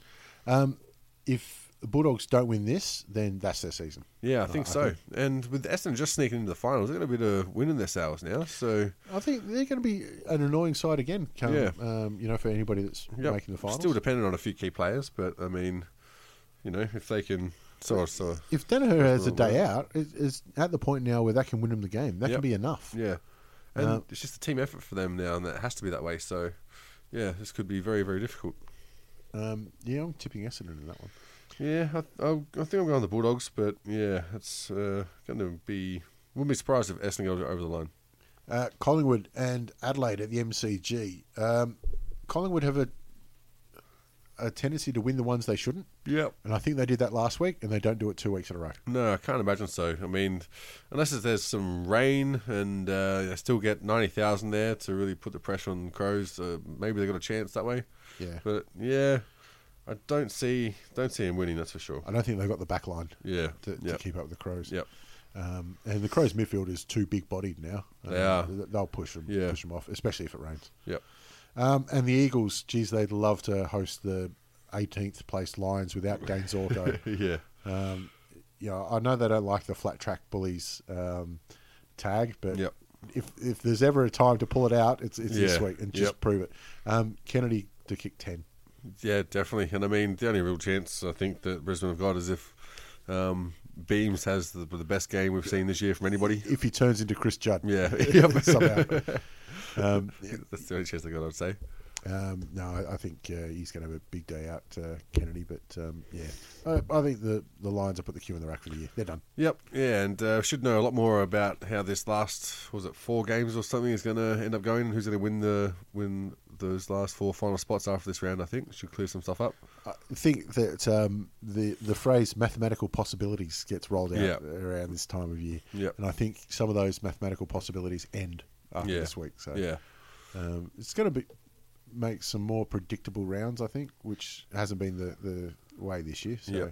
[SPEAKER 4] If the Bulldogs don't win this, then that's their season. Uh,
[SPEAKER 5] Yeah, I think so. And with Essendon just sneaking into the finals, they're going to be the win in their sales now. So
[SPEAKER 4] I think they're going to be an annoying side again. Come,
[SPEAKER 5] Yeah.
[SPEAKER 4] um, you know, for anybody that's
[SPEAKER 5] yep,
[SPEAKER 4] making the finals.
[SPEAKER 5] still dependent on a few key players, but I mean, you know, if they can, so so
[SPEAKER 4] if Danaher has a
[SPEAKER 5] That's not
[SPEAKER 4] day
[SPEAKER 5] right.
[SPEAKER 4] out, it, it's at the point now where that can win them the game. That can
[SPEAKER 5] Yep.
[SPEAKER 4] be enough.
[SPEAKER 5] Yeah, and it's just a team effort for them now, and it has to be that way. So, yeah, this could be very, very difficult.
[SPEAKER 4] Um, yeah, I'm tipping Essendon in that one.
[SPEAKER 5] Yeah, I, I, I think I'm going the Bulldogs, but yeah, it's uh, going to be. Wouldn't be surprised if Essendon goes over the line.
[SPEAKER 4] Uh, Collingwood and Adelaide at the MCG. Um, Collingwood have a a tendency to win the ones they shouldn't,
[SPEAKER 5] Yep.
[SPEAKER 4] and I think they did that last week, and they don't do it two weeks in a row.
[SPEAKER 5] No, I can't imagine so. I mean, unless if there's some rain and uh, they still get 90,000 there to really put the pressure on the Crows, uh, maybe they got a chance that way.
[SPEAKER 4] Yeah.
[SPEAKER 5] But yeah, I don't see don't see him winning, that's for sure.
[SPEAKER 4] I don't think they've got the back line
[SPEAKER 5] Yeah.
[SPEAKER 4] to,
[SPEAKER 5] Yep.
[SPEAKER 4] to keep up with the Crows.
[SPEAKER 5] Yep.
[SPEAKER 4] Um, and the Crows midfield is too big bodied now. Um,
[SPEAKER 5] They are.
[SPEAKER 4] They'll push them,
[SPEAKER 5] Yeah.
[SPEAKER 4] push them off, especially if it rains.
[SPEAKER 5] Yep.
[SPEAKER 4] Um, and the Eagles, geez, they'd love to host the 18th placed Lions without Gaines
[SPEAKER 5] [LAUGHS]
[SPEAKER 4] Orko.
[SPEAKER 5] [LAUGHS] Yeah.
[SPEAKER 4] um, you know, I know they don't like the flat track bullies um, tag, but
[SPEAKER 5] Yep.
[SPEAKER 4] if if there's ever a time to pull it out, it's, it's this
[SPEAKER 5] Yeah.
[SPEAKER 4] week and just
[SPEAKER 5] Yep.
[SPEAKER 4] prove it. Um, Kennedy to kick 10.
[SPEAKER 5] Yeah, definitely. And I mean, the only real chance I think that Brisbane have got is if um, Beams has the, the best game we've seen this year from anybody.
[SPEAKER 4] If he turns into Chris Judd.
[SPEAKER 5] Yeah. [LAUGHS]
[SPEAKER 4] [LAUGHS]
[SPEAKER 5] Yep.
[SPEAKER 4] somehow. Um,
[SPEAKER 5] That's the only chance they got, I'd say.
[SPEAKER 4] Um, no, I, I think uh, he's going to have a big day out, uh, Kennedy. But um, yeah, I, I think the the Lions have put the queue in the rack for the year. They're done.
[SPEAKER 5] Yep, yeah, and uh, should know a lot more about how this last was it four games or something is going to end up going. and Who's going to win the win those last four final spots after this round? I think should clear some stuff up.
[SPEAKER 4] I think that um, the the phrase mathematical possibilities gets rolled out
[SPEAKER 5] Yeah.
[SPEAKER 4] around this time of year,
[SPEAKER 5] Yep.
[SPEAKER 4] and I think some of those mathematical possibilities end after
[SPEAKER 5] yeah,
[SPEAKER 4] this week. So
[SPEAKER 5] yeah,
[SPEAKER 4] um, it's going to be make some more predictable rounds. I think, which hasn't been the, the way this year. So
[SPEAKER 5] yeah.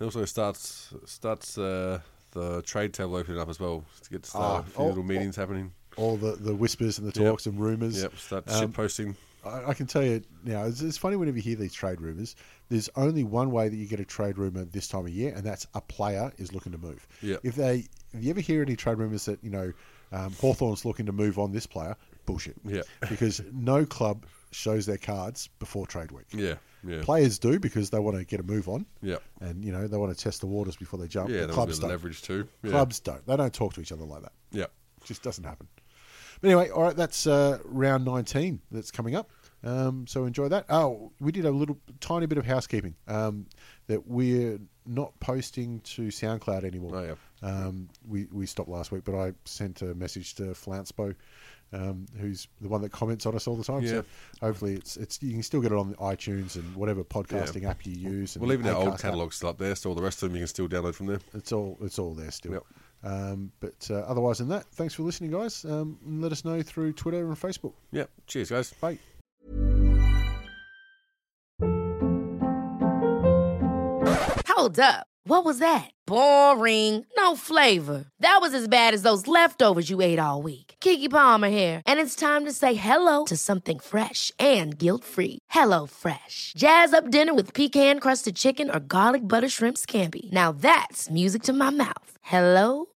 [SPEAKER 5] It also starts starts uh, the trade table opening up as well to get to
[SPEAKER 4] Ah,
[SPEAKER 5] a few
[SPEAKER 4] oh,
[SPEAKER 5] little
[SPEAKER 4] oh.
[SPEAKER 5] meetings happening.
[SPEAKER 4] all the, the whispers and the
[SPEAKER 5] Yep.
[SPEAKER 4] talks and rumors.
[SPEAKER 5] Yep, start
[SPEAKER 4] Um,
[SPEAKER 5] shit posting.
[SPEAKER 4] I, I can tell you now, it's, it's funny whenever you hear these trade rumors. There's only one way that you get a trade rumor this time of year, and that's a player is looking to move.
[SPEAKER 5] Yeah.
[SPEAKER 4] If they, if you ever hear any trade rumors that you know um, Hawthorne's looking to move on this player, bullshit.
[SPEAKER 5] Yeah.
[SPEAKER 4] because no club shows their cards before trade week.
[SPEAKER 5] Yeah, yeah,
[SPEAKER 4] Players do because they want to get a move on.
[SPEAKER 5] Yeah.
[SPEAKER 4] And you know they want to test the waters before they jump.
[SPEAKER 5] yeah.
[SPEAKER 4] but
[SPEAKER 5] That
[SPEAKER 4] clubs
[SPEAKER 5] was
[SPEAKER 4] don't.
[SPEAKER 5] leverage too. Yeah.
[SPEAKER 4] Clubs don't. They don't talk to each other like that.
[SPEAKER 5] Yeah.
[SPEAKER 4] Just doesn't happen. But anyway, all right, that's uh, round 19 that's coming up. Um, so enjoy that. Oh, we did a little tiny bit of housekeeping um, that we're not posting to SoundCloud anymore.
[SPEAKER 5] Oh, yeah.
[SPEAKER 4] Um, we, we stopped last week, but I sent a message to Flouncebo, um, who's the one that comments on us all the time.
[SPEAKER 5] Yeah.
[SPEAKER 4] So hopefully it's it's you can still get it on iTunes and whatever podcasting app you use. And
[SPEAKER 5] Well, even our
[SPEAKER 4] Acast
[SPEAKER 5] old
[SPEAKER 4] app.
[SPEAKER 5] catalogue's still up there, so all the rest of them you can still download from there.
[SPEAKER 4] It's all it's all there still.
[SPEAKER 5] Yep.
[SPEAKER 4] Um, but uh, otherwise than that, thanks for listening, guys. Um, and let us know through Twitter and Facebook.
[SPEAKER 5] Yeah. Cheers, guys.
[SPEAKER 4] Bye.
[SPEAKER 7] Hold up. What was that? Boring. No flavor. That was as bad as those leftovers you ate all week. Kiki Palmer here, and it's time to say hello to something fresh and guilt-free. Hello Fresh. Jazz up dinner with pecan-crusted chicken or garlic butter shrimp scampi. Now that's music to my mouth. Hello